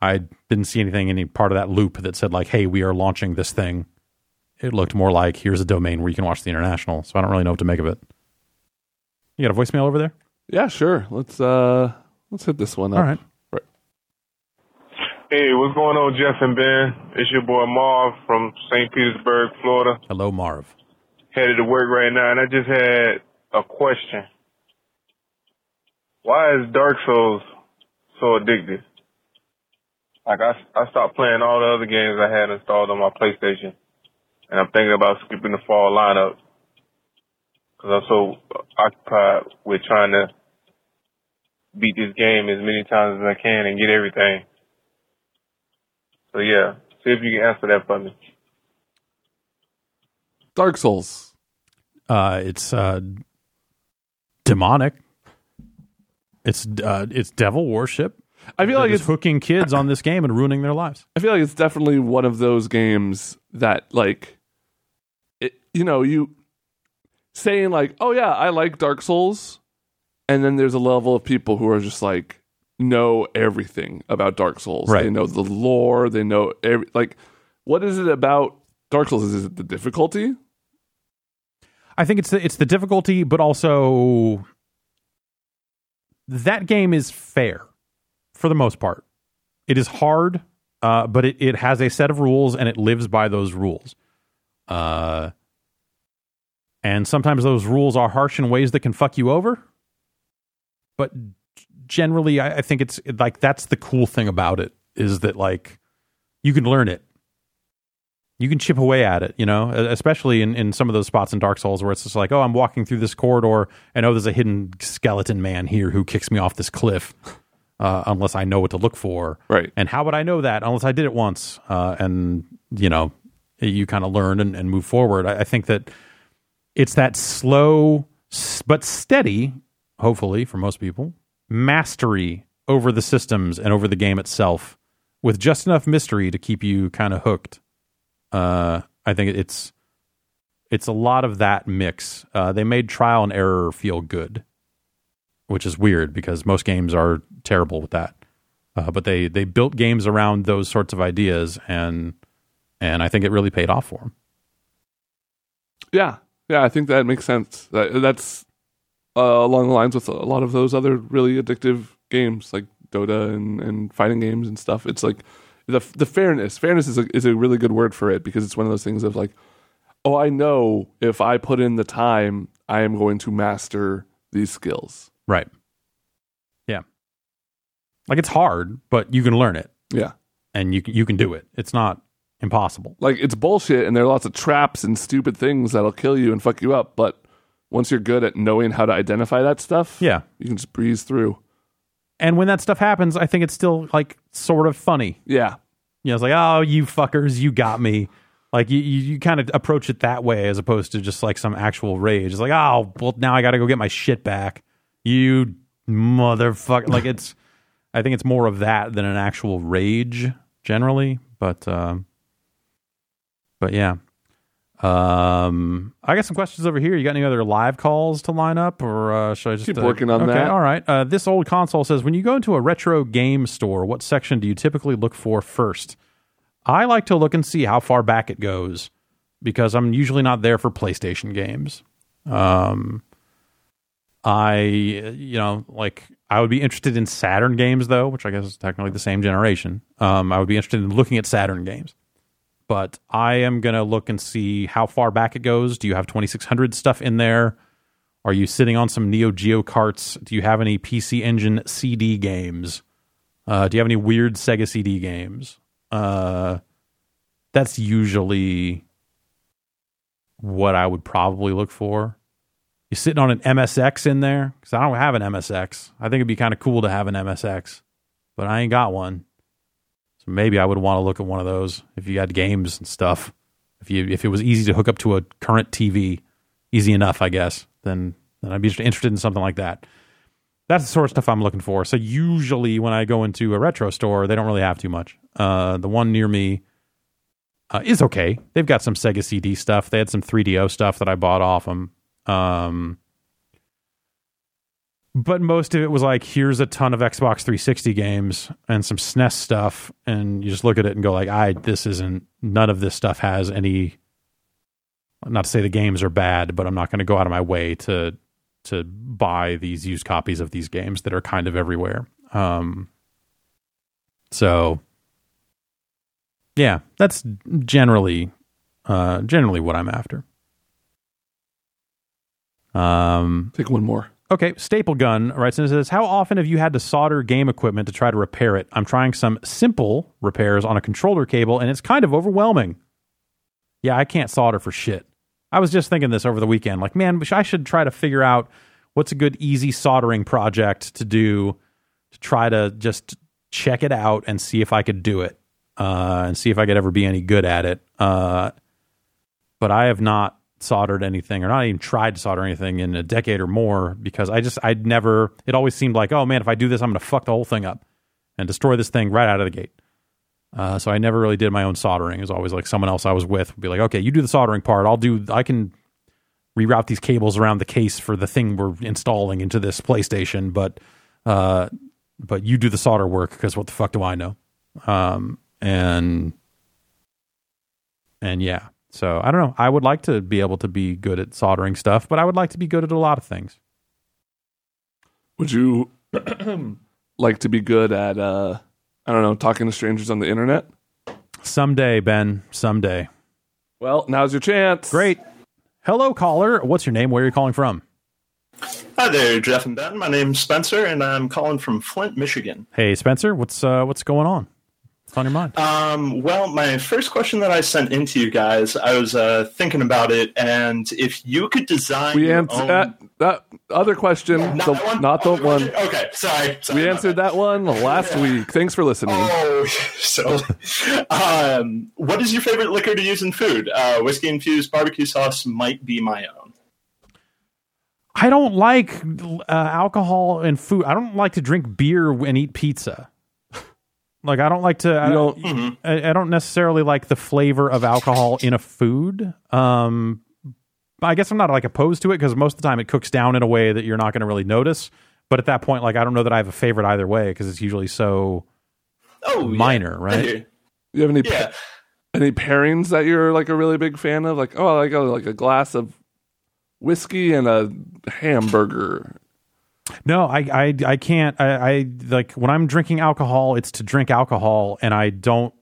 A: I didn't see anything any part of that loop that said like, "Hey, we are launching this thing." It looked more like here's a domain where you can watch the international. So I don't really know what to make of it. You got a voicemail over there?
B: Yeah, sure. Let's uh let's hit this one up.
A: All right.
G: Hey, what's going on, Jeff and Ben? It's your boy Marv from St. Petersburg, Florida.
A: Hello, Marv.
G: Headed to work right now, and I just had a question. Why is Dark Souls so addictive? Like, I, I stopped playing all the other games I had installed on my PlayStation, and I'm thinking about skipping the fall lineup because I'm so occupied with trying to beat this game as many times as I can and get everything. So yeah, see if you can answer that for me.
B: Dark Souls.
A: Uh, it's uh, demonic. It's uh, it's devil worship.
B: I feel
A: They're
B: like
A: just
B: it's
A: hooking kids on this game and ruining their lives.
B: I feel like it's definitely one of those games that like it you know, you saying like, "Oh yeah, I like Dark Souls." And then there's a level of people who are just like know everything about Dark Souls.
A: Right.
B: They know the lore, they know every like what is it about Dark Souls? Is it the difficulty?
A: I think it's the, it's the difficulty, but also that game is fair for the most part. It is hard, uh, but it, it has a set of rules and it lives by those rules. Uh, and sometimes those rules are harsh in ways that can fuck you over. But generally, I, I think it's like that's the cool thing about it is that like you can learn it you can chip away at it, you know, e, especially in, in some of those spots in Dark Souls where it's just like, oh, I'm walking through this corridor and oh, there's a hidden skeleton man here who kicks me off this cliff uh, unless I know what to look for.
B: Right.
A: And how would I know that unless I did it once? Uh, and, you know, you kind of learn and, and move forward. I, I think that it's that slow s- but steady, hopefully for most people, mastery over the systems and over the game itself with just enough mystery to keep you kind of hooked uh, I think it's it's a lot of that mix. Uh, they made trial and error feel good, which is weird because most games are terrible with that. Uh, but they they built games around those sorts of ideas, and and I think it really paid off for them.
B: Yeah, yeah, I think that makes sense. That, that's uh, along the lines with a lot of those other really addictive games like Dota and, and fighting games and stuff. It's like the the fairness. Fairness is a, is a really good word for it because it's one of those things of like, oh, I know if I put in the time, I am going to master these skills.
A: Right. Yeah. Like it's hard, but you can learn it
B: Yeah.
A: and you can, you can do it. It's not impossible.
B: Like it's bullshit and there are lots of traps and stupid things that'll kill you and fuck you up, but once you're good at knowing how to identify that stuff,
A: Yeah.
B: you can just breeze through.
A: And when that stuff happens, I think it's still like sort of funny.
B: Yeah.
A: You know, it's like, oh, you fuckers, you got me. Like you, you, you kind of approach it that way as opposed to just like some actual rage. It's like, oh, well, now I got to go get my shit back. You motherfucker. like it's, I think it's more of that than an actual rage generally. But, um, but yeah. Um, I got some questions over here. You got any other live calls to line up, or uh, should I just
B: Keep
A: uh,
B: working on
A: okay,
B: that.
A: All right. Uh, this old console says, when you go into a retro game store, what section do you typically look for first? I like to look and see how far back it goes because I'm usually not there for PlayStation games. Um, I, you know, like I would be interested in Saturn games though, which I guess is technically the same generation. Um, I would be interested in looking at Saturn games, but I am gonna look and see how far back it goes. Do you have 2600 stuff in there? Are you sitting on some Neo Geo carts? Do you have any PC Engine CD games? Uh, do you have any weird Sega CD games? Uh, that's usually what I would probably look for. You sitting on an MSX in there? Because I don't have an MSX. I think it'd be kind of cool to have an MSX, but I ain't got one. So maybe I would want to look at one of those if you had games and stuff. If you if it was easy to hook up to a current TV, easy enough, I guess. Then then I'd be just interested in something like that. That's the sort of stuff I'm looking for. So usually when I go into a retro store, they don't really have too much. Uh, the one near me uh, is okay. They've got some Sega CD stuff. They had some 3DO stuff that I bought off them. Um, but most of it was like, here's a ton of Xbox 360 games and some SNES stuff, and you just look at it and go like, I this isn't none of this stuff has any. Not to say the games are bad, but I'm not going to go out of my way to to buy these used copies of these games that are kind of everywhere. Um, so yeah, that's generally uh, generally what I'm after. Um,
B: Take one more.
A: Okay, Staple Gun writes and says, How often have you had to solder game equipment to try to repair it? I'm trying some simple repairs on a controller cable, and it's kind of overwhelming. Yeah, I can't solder for shit. I was just thinking this over the weekend. Like, man, I should try to figure out what's a good, easy soldering project to do to try to just check it out and see if I could do it uh, and see if I could ever be any good at it. Uh, but I have not soldered anything or not even tried to solder anything in a decade or more because I just I'd never it always seemed like oh man if I do this I'm going to fuck the whole thing up and destroy this thing right out of the gate. Uh, so I never really did my own soldering. It was always like someone else I was with would be like, "Okay, you do the soldering part. I'll do. I can reroute these cables around the case for the thing we're installing into this PlayStation, but uh, but you do the solder work because what the fuck do I know?" Um, and and yeah so i don't know i would like to be able to be good at soldering stuff but i would like to be good at a lot of things
B: Would you like to be good at uh I don't know, talking to strangers on the internet?
A: someday ben someday
B: Well, now's your chance.
A: great hello caller what's your name where are you calling from
H: Hi there, Jeff and Ben. My name's Spencer, and I'm calling from Flint, Michigan.
A: hey spencer what's uh what's going on what's on your mind
H: Um, well, my first question that I sent into you guys, I was uh, thinking about it, and if you could design
B: We
H: your
B: answered
H: own-
B: that, that other question,
H: Not
B: the-
H: that one.
B: not the one.
H: Okay, sorry. sorry
B: We
H: about
B: answered that one last week. Thanks for listening.
H: Oh, so um, what is your favorite liquor to use in food? Uh, whiskey infused barbecue sauce might be my own.
A: i don't like uh, alcohol and food i don't like to drink beer and eat pizza like i don't like to I
B: You
A: don't,
B: don't
A: I, I don't necessarily like the flavor of alcohol in a food. Um, I guess I'm not like opposed to it because most of the time it cooks down in a way that you're not going to really notice. But at that point, like I don't know that I have a favorite either way because it's usually so
H: Oh, yeah,
A: minor,
H: I
A: right?
H: hear you.
B: you have any pa-
H: Yeah.
B: any pairings that you're like a really big fan of? Like, oh, I like a, like a glass of whiskey and a hamburger.
A: No, I I, I can't. I, I like when I'm drinking alcohol, it's to drink alcohol, and I don't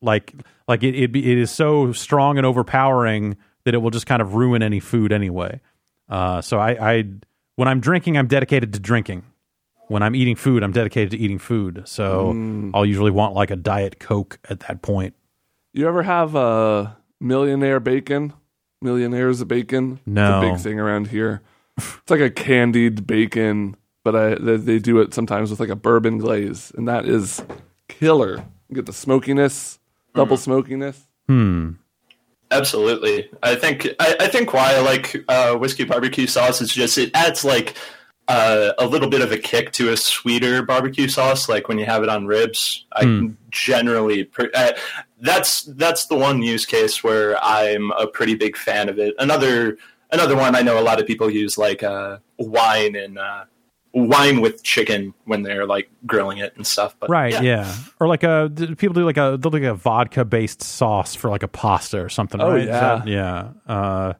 A: like like it. It, be, it is so strong and overpowering that it will just kind of ruin any food anyway. Uh, so I, I when I'm drinking, I'm dedicated to drinking. when I'm eating food, I'm dedicated to eating food. So I'll usually want like a diet coke at that point.
B: You ever have a uh, millionaire bacon? Millionaires of bacon.
A: No.
B: it's a big thing around here. It's like a candied bacon, but I they, they do it sometimes with like a bourbon glaze, and that is killer. You get the smokiness, double smokiness.
A: Hmm.
H: Absolutely. I think I, I think why I like uh, whiskey barbecue sauce is just it adds like uh, a little bit of a kick to a sweeter barbecue sauce. Like when you have it on ribs, I
A: Hmm.
H: generally pre- uh, that's that's the one use case where I'm a pretty big fan of it. Another another one I know a lot of people use like uh, wine and uh, wine with chicken when they're like grilling it and stuff. But
A: Right, yeah. Or like a d- people do like a they'll do like a vodka based sauce for like a pasta or something.
B: Oh,
A: right? Is that- yeah. Uh,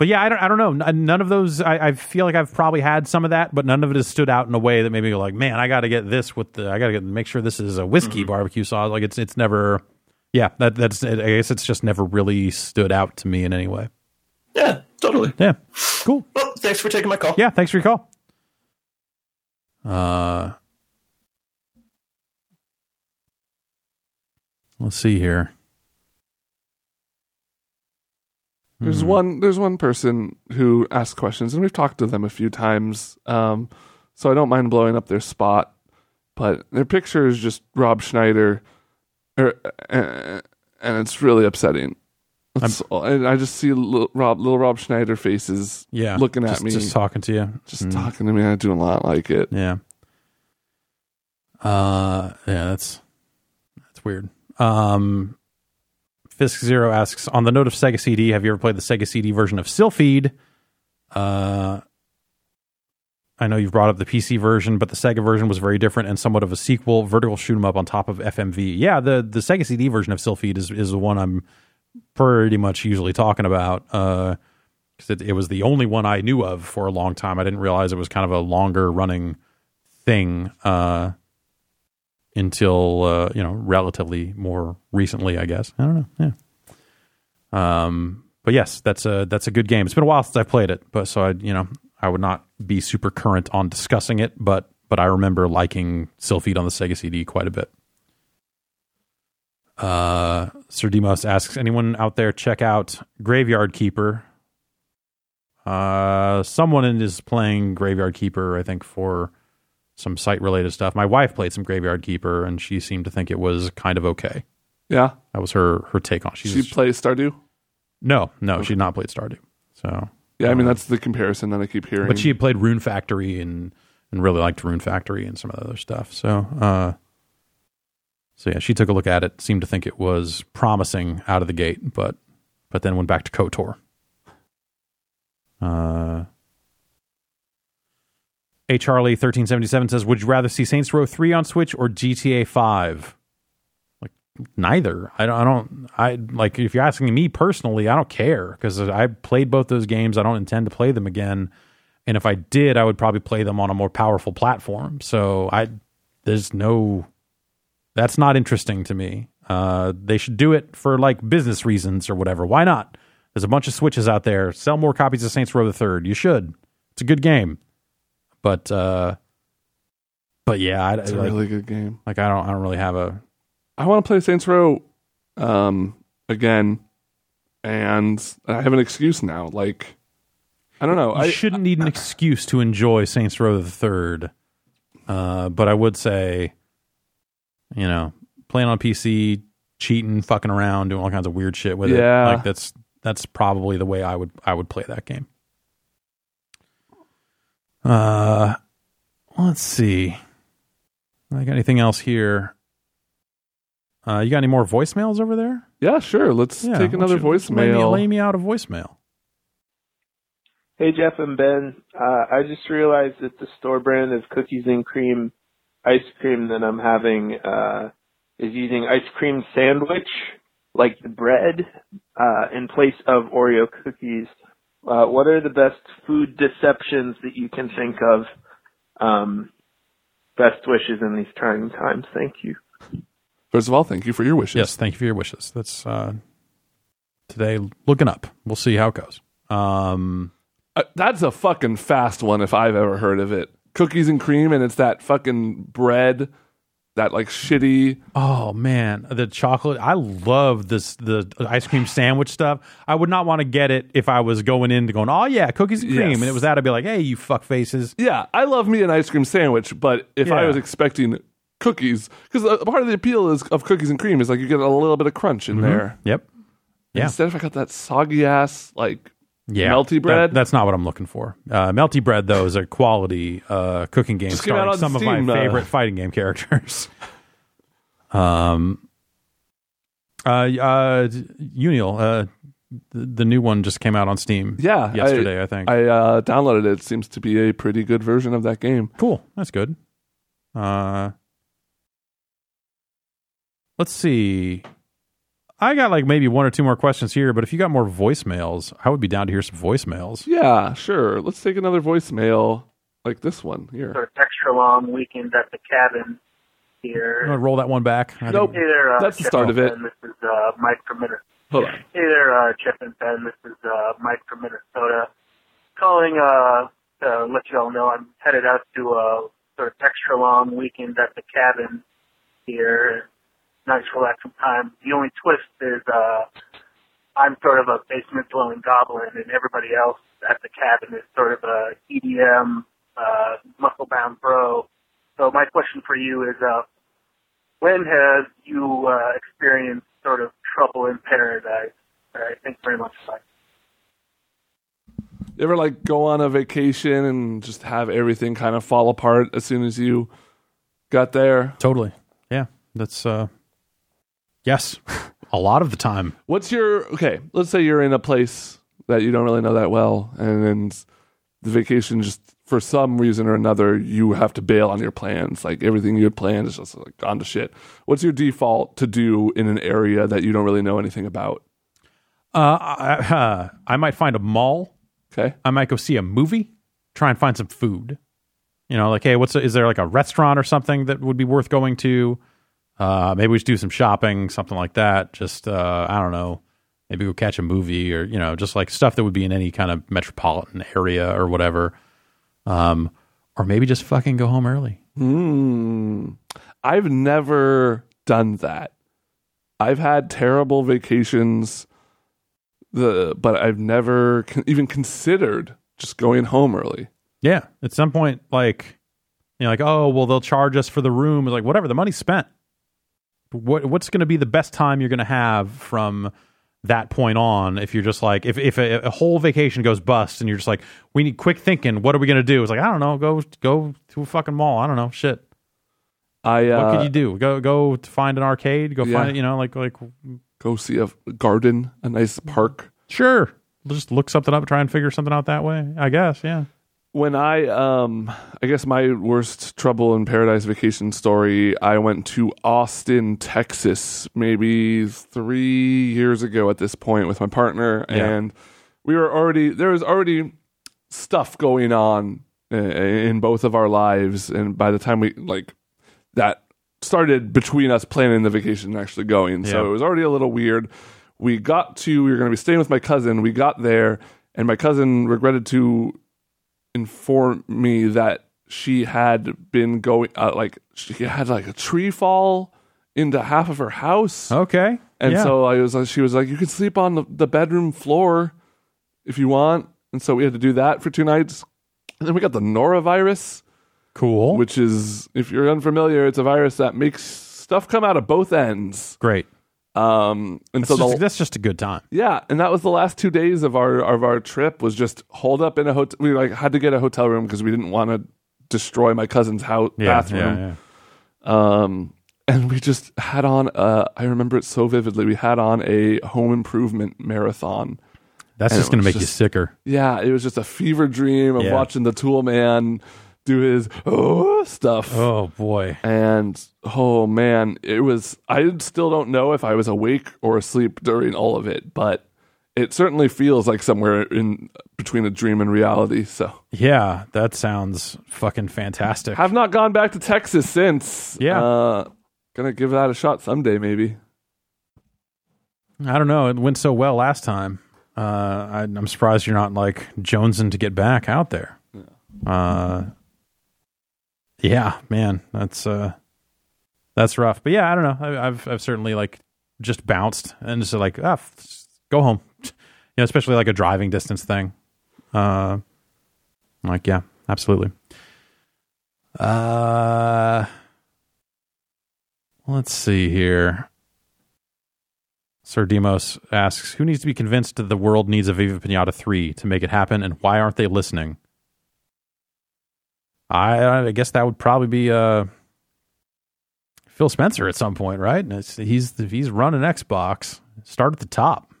A: but yeah, I don't I don't know. N- None of those. I, I feel like I've probably had some of that, but none of it has stood out in a way that maybe you're like, man, I got to get this with the. I got to get make sure this is a
H: Mm-hmm.
A: whiskey barbecue sauce. Like it's it's never. Yeah, that that's. I guess it's just never really stood out to me in any way.
H: Yeah, totally.
A: Yeah, cool.
H: Well, thanks for taking my call.
A: Yeah, thanks for your call. Uh, let's see here. Mm-hmm.
B: There's one. There's one person who asks questions, and we've talked to them a few times. Um, so I don't mind blowing up their spot, but their picture is just Rob Schneider, er, eh, and it's really upsetting. It's- and I just see little Rob, little Rob Schneider faces,
A: Yeah,
B: looking at
A: just-
B: me,
A: just
B: just,
A: talking to you. Mm.
B: talking to me. I do not like it.
A: Yeah. Uh, yeah, that's that's weird. Um, Fisk Zero asks on the note of Sega CD, have you ever played the Sega CD version of Sylphied? Uh, I know you've brought up the PC version, but the Sega version was very different and somewhat of a sequel, vertical shoot 'em up on top of FMV. Yeah, the the Sega CD version of Sylphied is is the one I'm pretty much usually talking about. Uh, because it, it was the only one I knew of for a long time. I didn't realize it was kind of a longer running thing uh, until uh, you know relatively more recently, I guess. I don't know. Yeah. Um. But yes, that's a that's a good game. It's been a while since I've played it, but so I you know I would not be super current on discussing it, but but I remember liking Sylphid on the Sega CD quite a bit. Uh, Sir Demos asks anyone out there check out Graveyard Keeper uh, someone is playing Graveyard Keeper, I think, for some site related stuff. My wife played some Graveyard Keeper, and she seemed to think it was kind of okay.
B: Yeah,
A: That was her her take on. it. She's
B: she plays Stardew.
A: no, no, she did not played Stardew. So,
B: Yeah, I mean that's the comparison that I keep hearing.
A: Uh, but she had played Rune Factory and and really liked Rune Factory and some of the other stuff. So, uh, so yeah, she took a look at it, seemed to think it was promising out of the gate, but but then went back to Kotor. Uh, A Charlie thirteen seventy seven says, "Would you rather see Saints Row three on Switch or GTA five? Like neither. I don't. I don't. I like if you're asking me personally, I don't care because I played both those games. I don't intend to play them again. And if I did, I would probably play them on a more powerful platform. So I there's no that's not interesting to me. Uh, they should do it for like business reasons or whatever. Why not? There's a bunch of switches out there. Sell more copies of Saints Row the Third. You should. It's a good game, but uh, but yeah, I,
B: it's a
A: like,
B: really good game.
A: like I don't I don't really have a
B: I want to play Saints Row um, again, and I have an excuse now. Like, I don't know.
A: you
B: I
A: shouldn't need an excuse to enjoy Saints Row the Third. Uh, but I would say, you know, playing on PC, cheating, fucking around, doing all kinds of weird shit with
B: Yeah.
A: it. Like that's that's probably the way I would I would play that game. Uh, let's see. I got anything else here? Uh, you got any more voicemails over there?
B: yeah, sure. Let's
A: Yeah,
B: take
A: why
B: another
A: don't you Lay me,
B: voicemail.
A: lay me out a voicemail.
C: Hey Jeff and Ben, uh, I just realized that the store brand of cookies and cream ice cream that I'm having uh, is using ice cream sandwich, like the bread, uh, in place of Oreo cookies. Uh, what are the best food deceptions that you can think of? Um, best wishes in these trying times. Thank you.
B: First of all, thank you for your wishes.
A: Yes, thank you for your wishes. That's uh, today looking up. We'll see how it goes. Um,
B: Uh, that's a fucking fast one if I've ever heard of it. cookies and cream, and it's that fucking bread, that like shitty.
A: Oh man, the chocolate! I love this the ice cream sandwich stuff. I would not want to get it if I was going into going, oh yeah, cookies and cream,
B: Yes.
A: and it was that. I'd be like, hey, you fuck faces.
B: Yeah, I love me an ice cream sandwich, but if I
A: Yeah.
B: was expecting cookies, because part of the appeal is of cookies and cream is like you get a little bit of crunch in there.
A: Yep. Mm-hmm. Yeah.
B: Instead, if I got that soggy ass like
A: Yeah.
B: melty
A: that-
B: bread,
A: that's not what I'm looking for. Uh, melty bread though is a quality uh, cooking game
B: Just came
A: starring
B: out on
A: some of
B: Steam,
A: my
B: uh,
A: favorite fighting game characters. um. Uh. Uh. Unial. Uh. The, the new one just came out on Steam.
B: yeah, I-
A: Yesterday, I, think.
B: I uh, downloaded it. It seems to be a pretty good version of that game.
A: Cool. That's good. Uh, let's see. I got like maybe one or two more questions here, but if you got more voicemails, I would be down to hear some voicemails.
B: Yeah, sure. Let's take another voicemail like this one here.
I: sort of extra long weekend at the cabin here.
A: You wanna roll that one back. I
B: Nope.
I: Hey there, uh,
B: That's the
I: Jeff
B: start
I: and
B: of it.
I: Penn. This is uh, Mike from Minnesota.
B: Hold on.
I: Hey there, uh, Jeff and Ben. This is uh, Mike from Minnesota. Calling uh, to let you all know I'm headed out to a sort of extra long weekend at the cabin here. Nice relaxing time. The only twist is uh, I'm sort of a basement dwelling goblin, and everybody else at the cabin is sort of a EDM uh, muscle bound bro. So my question for you is, uh, when have you uh, experienced sort of trouble in paradise? All right, thanks very much. Bye.
B: You ever like go on a vacation and just have everything kind of fall apart as soon as you got there?
A: Totally. Yeah. That's uh Yes. a lot of the time.
B: What's your okay? Let's say you're in a place that you don't really know that well, and then the vacation just for some reason or another you have to bail on your plans. Like everything you had planned is just like gone to shit. What's your default to do in an area that you don't really know anything about?
A: Uh I, uh, I might find a mall.
B: Okay,
A: I might go see a movie, try and find some food. You know, like hey, what's is there like a restaurant or something that would be worth going to? Uh maybe we should do some shopping, something like that. Just uh I don't know. Maybe go catch a movie or, you know, just like stuff that would be in any kind of metropolitan area or whatever. Um or maybe just fucking go home early.
B: Hmm. I've never done that. I've had terrible vacations, the but I've never con- even considered just going home early.
A: Yeah. At some point, like, you know, like, oh, well, they'll charge us for the room. Like, whatever, the money's spent. What What's going to be the best time you're going to have from that point on if you're just like, if, if a, a whole vacation goes bust and you're just like, we need quick thinking, what are we going to do? It's like, I don't know, go go to a fucking mall. I don't know, shit.
B: I uh,
A: What could you do? Go go to find an arcade, go
B: Yeah.
A: find it, you know, like, like,
B: go see a f- garden, a nice park.
A: sure. Just look something up, try and figure something out that way, I guess. Yeah.
B: When I um I guess my worst trouble in paradise vacation story, I went to Austin, Texas, maybe 3 years ago at this point with my partner
A: Yeah.
B: and we were already there was already stuff going on uh, in both of our lives and by the time we like that started between us planning the vacation and actually going so
A: Yeah.
B: it was already a little weird we got to we were going to be staying with my cousin we got there and my cousin regretted to inform me that she had been going uh, like she had like a tree fall into half of her house
A: Okay.
B: and
A: Oh, yeah.
B: so I was, like- she was like, "You can sleep on the, the bedroom floor if you want." And so we had to do that for two nights. And then we got the norovirus,
A: cool.
B: which is, if you're unfamiliar, it's a virus that makes stuff come out of both ends.
A: Great.
B: Um, and
A: That's,
B: so
A: just,
B: the,
A: that's just a good time.
B: yeah, and that was the last two days of our of our trip was just holed up in a hotel. We like had to get a hotel room because we didn't want to destroy my cousin's house bathroom. Um, and we just had on, uh, I remember it so vividly. We had on a home improvement marathon.
A: That's
B: And
A: just
B: it
A: going to
B: was
A: make you
B: just-
A: sicker.
B: Yeah, it was just a fever dream of
A: Yeah.
B: watching the tool man do his oh, stuff.
A: Oh boy.
B: And oh man, it was, I still don't know if I was awake or asleep during all of it, but it certainly feels like somewhere in between a dream and reality. So
A: Yeah, that sounds fucking fantastic.
B: have not gone back to Texas since.
A: Yeah.
B: Uh, gonna give that a shot someday, maybe.
A: I don't know. It went so well last time. Uh, I, I'm surprised you're not like jonesing to get back out there. Uh, Yeah, man, that's uh, that's rough. But yeah, I don't know. I, I've I've certainly like just bounced and just like ah, f- go home. You know, especially like a driving distance thing. Uh, I'm like yeah, absolutely. Uh, let's see here. Sir Demos asks, "Who needs to be convinced that the world needs a Viva Pinata three to make it happen, and why aren't they listening?" I, I guess that would probably be uh, Phil Spencer at some point, right? And it's, he's he's running Xbox. Start at the top.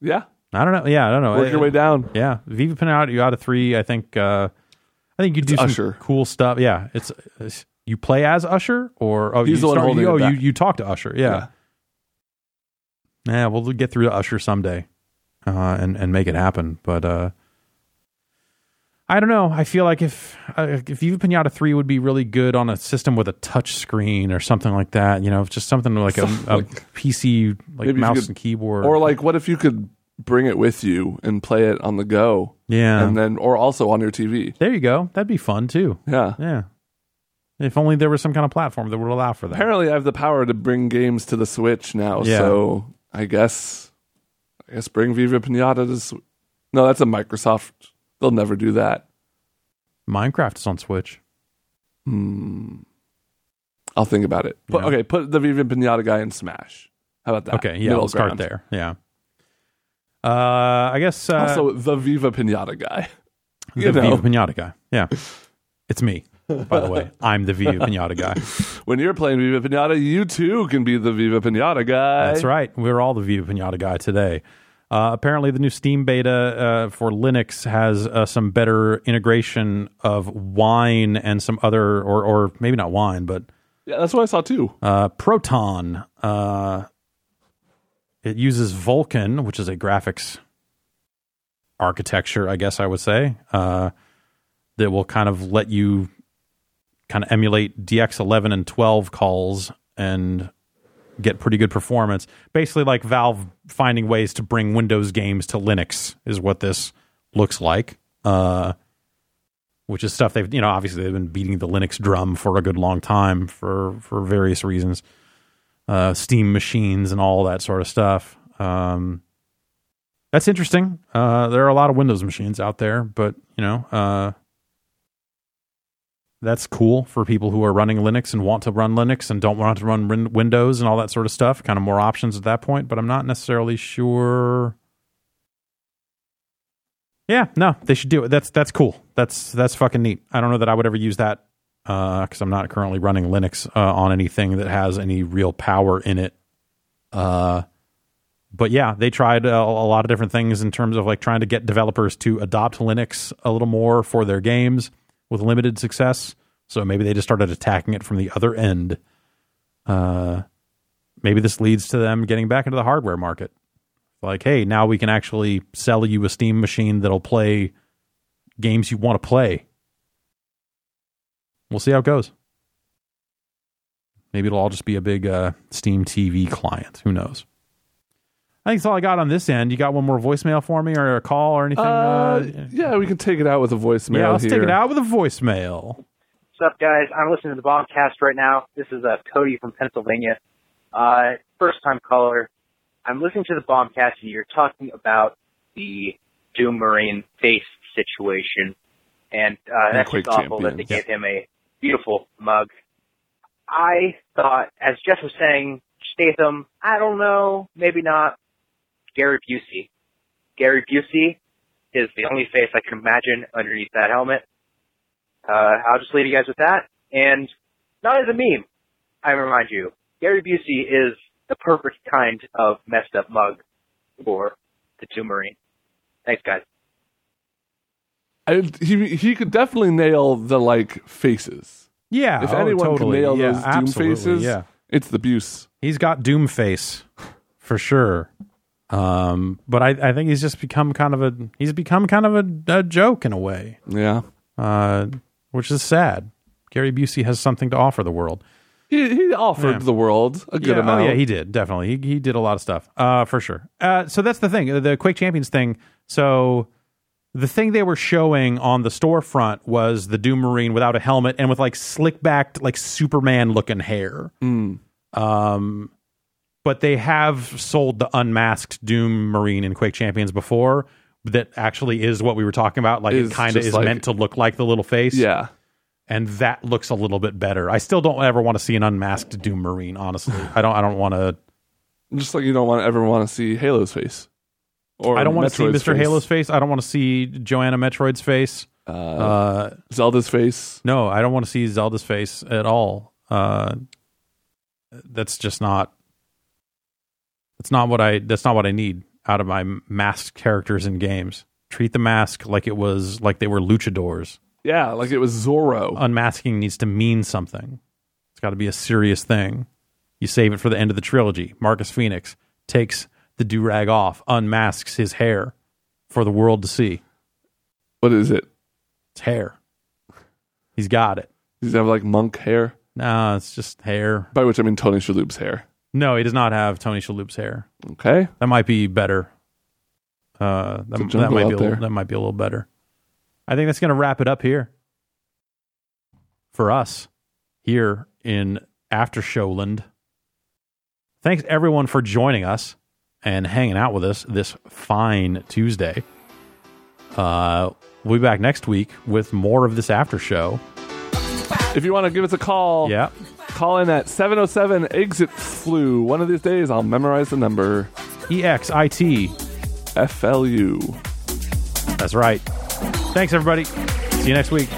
B: Yeah.
A: I don't know. Oh, Yeah, I don't know.
B: Work your way down.
A: Yeah, Viva Pinata three. I think uh, I think you do some
B: Usher.
A: cool stuff. Yeah, it's, it's- you play as Usher or oh
B: He's the
A: you
B: one
A: start,
B: holding
A: you,
B: it
A: oh you
B: back.
A: you talk to Usher. Yeah. yeah, We'll get through to Usher someday, uh, and and make it happen. But uh, I don't know. I feel like if uh, if Viva Pinata three would be really good on a system with a touch screen or something like that. You know, just something like a, a PC like
B: Maybe you
A: mouse
B: could-
A: and keyboard
B: Or like, what if you could bring it with you and play it on the go?
A: Yeah.
B: and then or also on your TV.
A: There you go. That'd be fun too.
B: Yeah.
A: Yeah. If only there was some kind of platform that would allow for that.
B: Apparently, I have the power to bring games to the Switch now.
A: Yeah.
B: So I guess, I guess bring Viva Pinata to. Sw- no, that's a Microsoft. They'll never do that.
A: Minecraft is on Switch.
B: Hmm. I'll think about it. But
A: Yeah.
B: okay, put the Viva Pinata guy in Smash. How about that?
A: Okay, yeah,
B: Middle
A: we'll start
B: ground.
A: there. Yeah. Uh, I guess uh,
B: also, the Viva Pinata guy.
A: the
B: you know.
A: Viva Pinata guy. Yeah, it's me. By the way, I'm the Viva Pinata guy.
B: When you're playing Viva Pinata, you too can be the Viva Pinata guy.
A: That's right. We're all the Viva Pinata guy today. Uh, apparently, the new Steam beta uh, for Linux has uh, some better integration of wine and some other, or or maybe not wine, but
B: Yeah, that's what I saw too.
A: uh, Proton. Uh, it uses Vulkan, which is a graphics architecture, I guess I would say, uh, that will kind of let you kind of emulate DX11 and 12 calls and get pretty good performance. Basically, like Valve finding ways to bring Windows games to Linux is what this looks like. Uh, which is stuff they've you know obviously they've been beating the Linux drum for a good long time for for various reasons, uh, Steam machines and all that sort of stuff. Um, that's interesting. Uh, there are a lot of Windows machines out there, but you know uh, that's cool for people who are running Linux and want to run Linux and don't want to run Win- Windows and all that sort of stuff. Kind of more options at that point, but I'm not necessarily sure. Yeah, no, they should do it. That's that's cool. That's that's fucking neat. I don't know that I would ever use that because I'm not currently running Linux uh, on anything that has any real power in it. Uh, but yeah, they tried uh, a lot of different things in terms of like trying to get developers to adopt Linux a little more for their games with limited success. So maybe they just started attacking it from the other end. Uh, maybe this leads to them getting back into the hardware market like hey now we can actually sell you a steam machine that'll play games you want to play we'll see how it goes maybe it'll all just be a big uh, steam tv client who knows i think that's all i got on this end you got one more voicemail for me or a call or anything
B: Uh,
A: uh,
B: yeah, we can take it out with a voicemail
A: yeah let's
B: here.
A: take it out with a voicemail
C: What's up, guys? I'm listening to the Bombcast right now. This is uh, Cody from Pennsylvania. Uh, first time caller. I'm listening to the Bombcast and you're talking about the Doom Marine face situation. And uh, that's
B: Quake
C: just awful that they
B: champions.
C: gave him a beautiful mug. I thought, as Jeff was saying, Statham, I don't know, maybe not. Gary Busey. Gary Busey is the only face I can imagine underneath that helmet. Uh, I'll just leave you guys with that. And not as a meme, I remind you, Gary Busey is the perfect kind of messed up mug for the two Marine. Thanks, guys.
B: I, he he could definitely nail the like faces.
A: yeah
B: If
A: oh,
B: anyone
A: totally.
B: can nail
A: yeah,
B: those doom
A: absolutely.
B: faces,
A: yeah
B: it's the Buse.
A: He's got doom face for sure. Um, but I, I think he's just become kind of a he's become kind of a, a joke in a way,
B: Yeah,
A: uh, which is sad. Gary Busey has something to offer the world.
B: he he offered
A: Yeah.
B: the world a good
A: yeah,
B: amount.
A: Oh yeah, he did definitely. He he did a lot of stuff uh, for sure. Uh, so that's the thing, the Quake Champions thing. So the thing they were showing on the storefront was the Doom Marine without a helmet and with like slick backed, like Superman looking hair.
B: Mm.
A: Um, but they have sold the unmasked Doom Marine in Quake Champions before. That actually is what we were talking about. Like
B: Is
A: it kind of
B: just
A: is
B: like-
A: meant to look like the little face.
B: Yeah.
A: and that looks a little bit better. I still don't ever want to see an unmasked Doom Marine. Honestly, I don't. I don't want to.
B: Just like you don't want ever want to see Halo's face. Or
A: I don't want to see
B: Metroid's
A: Mr.
B: face.
A: Halo's face. I don't want to see Joanna Metroid's face. uh,
B: Zelda's face.
A: No, I don't want to see Zelda's face at all. Uh, that's just not. That's not what I. That's not what I need out of my masked characters in games. Treat the mask like it was like they were luchadors.
B: Yeah, like it was Zorro.
A: Uh, Unmasking needs to mean something. It's got to be a serious thing. You save it for the end of the trilogy. Marcus Phoenix takes the do rag off, unmasks his hair for the world to see.
B: What is it?
A: It's hair. He's got it.
B: Does he have like monk hair?
A: Nah, it's just hair.
B: By which I mean Tony Shalhoub's hair.
A: No, he does not have Tony Shalhoub's hair.
B: Okay.
A: That might be better. Uh, that,
B: It's a
A: that
B: jungle
A: might
B: out
A: be a little,
B: there.
A: that might be a little better. I think that's going to wrap it up here for us here in After Showland. Thanks everyone for joining us and hanging out with us this fine Tuesday. Uh, we'll be back next week with more of this after show.
B: If you want to give us a call,
A: Yeah.
B: call in at 707 exit flu. One of these days I'll memorize the number
A: E X I T.
B: FLU.
A: That's right. Thanks everybody. See you next week.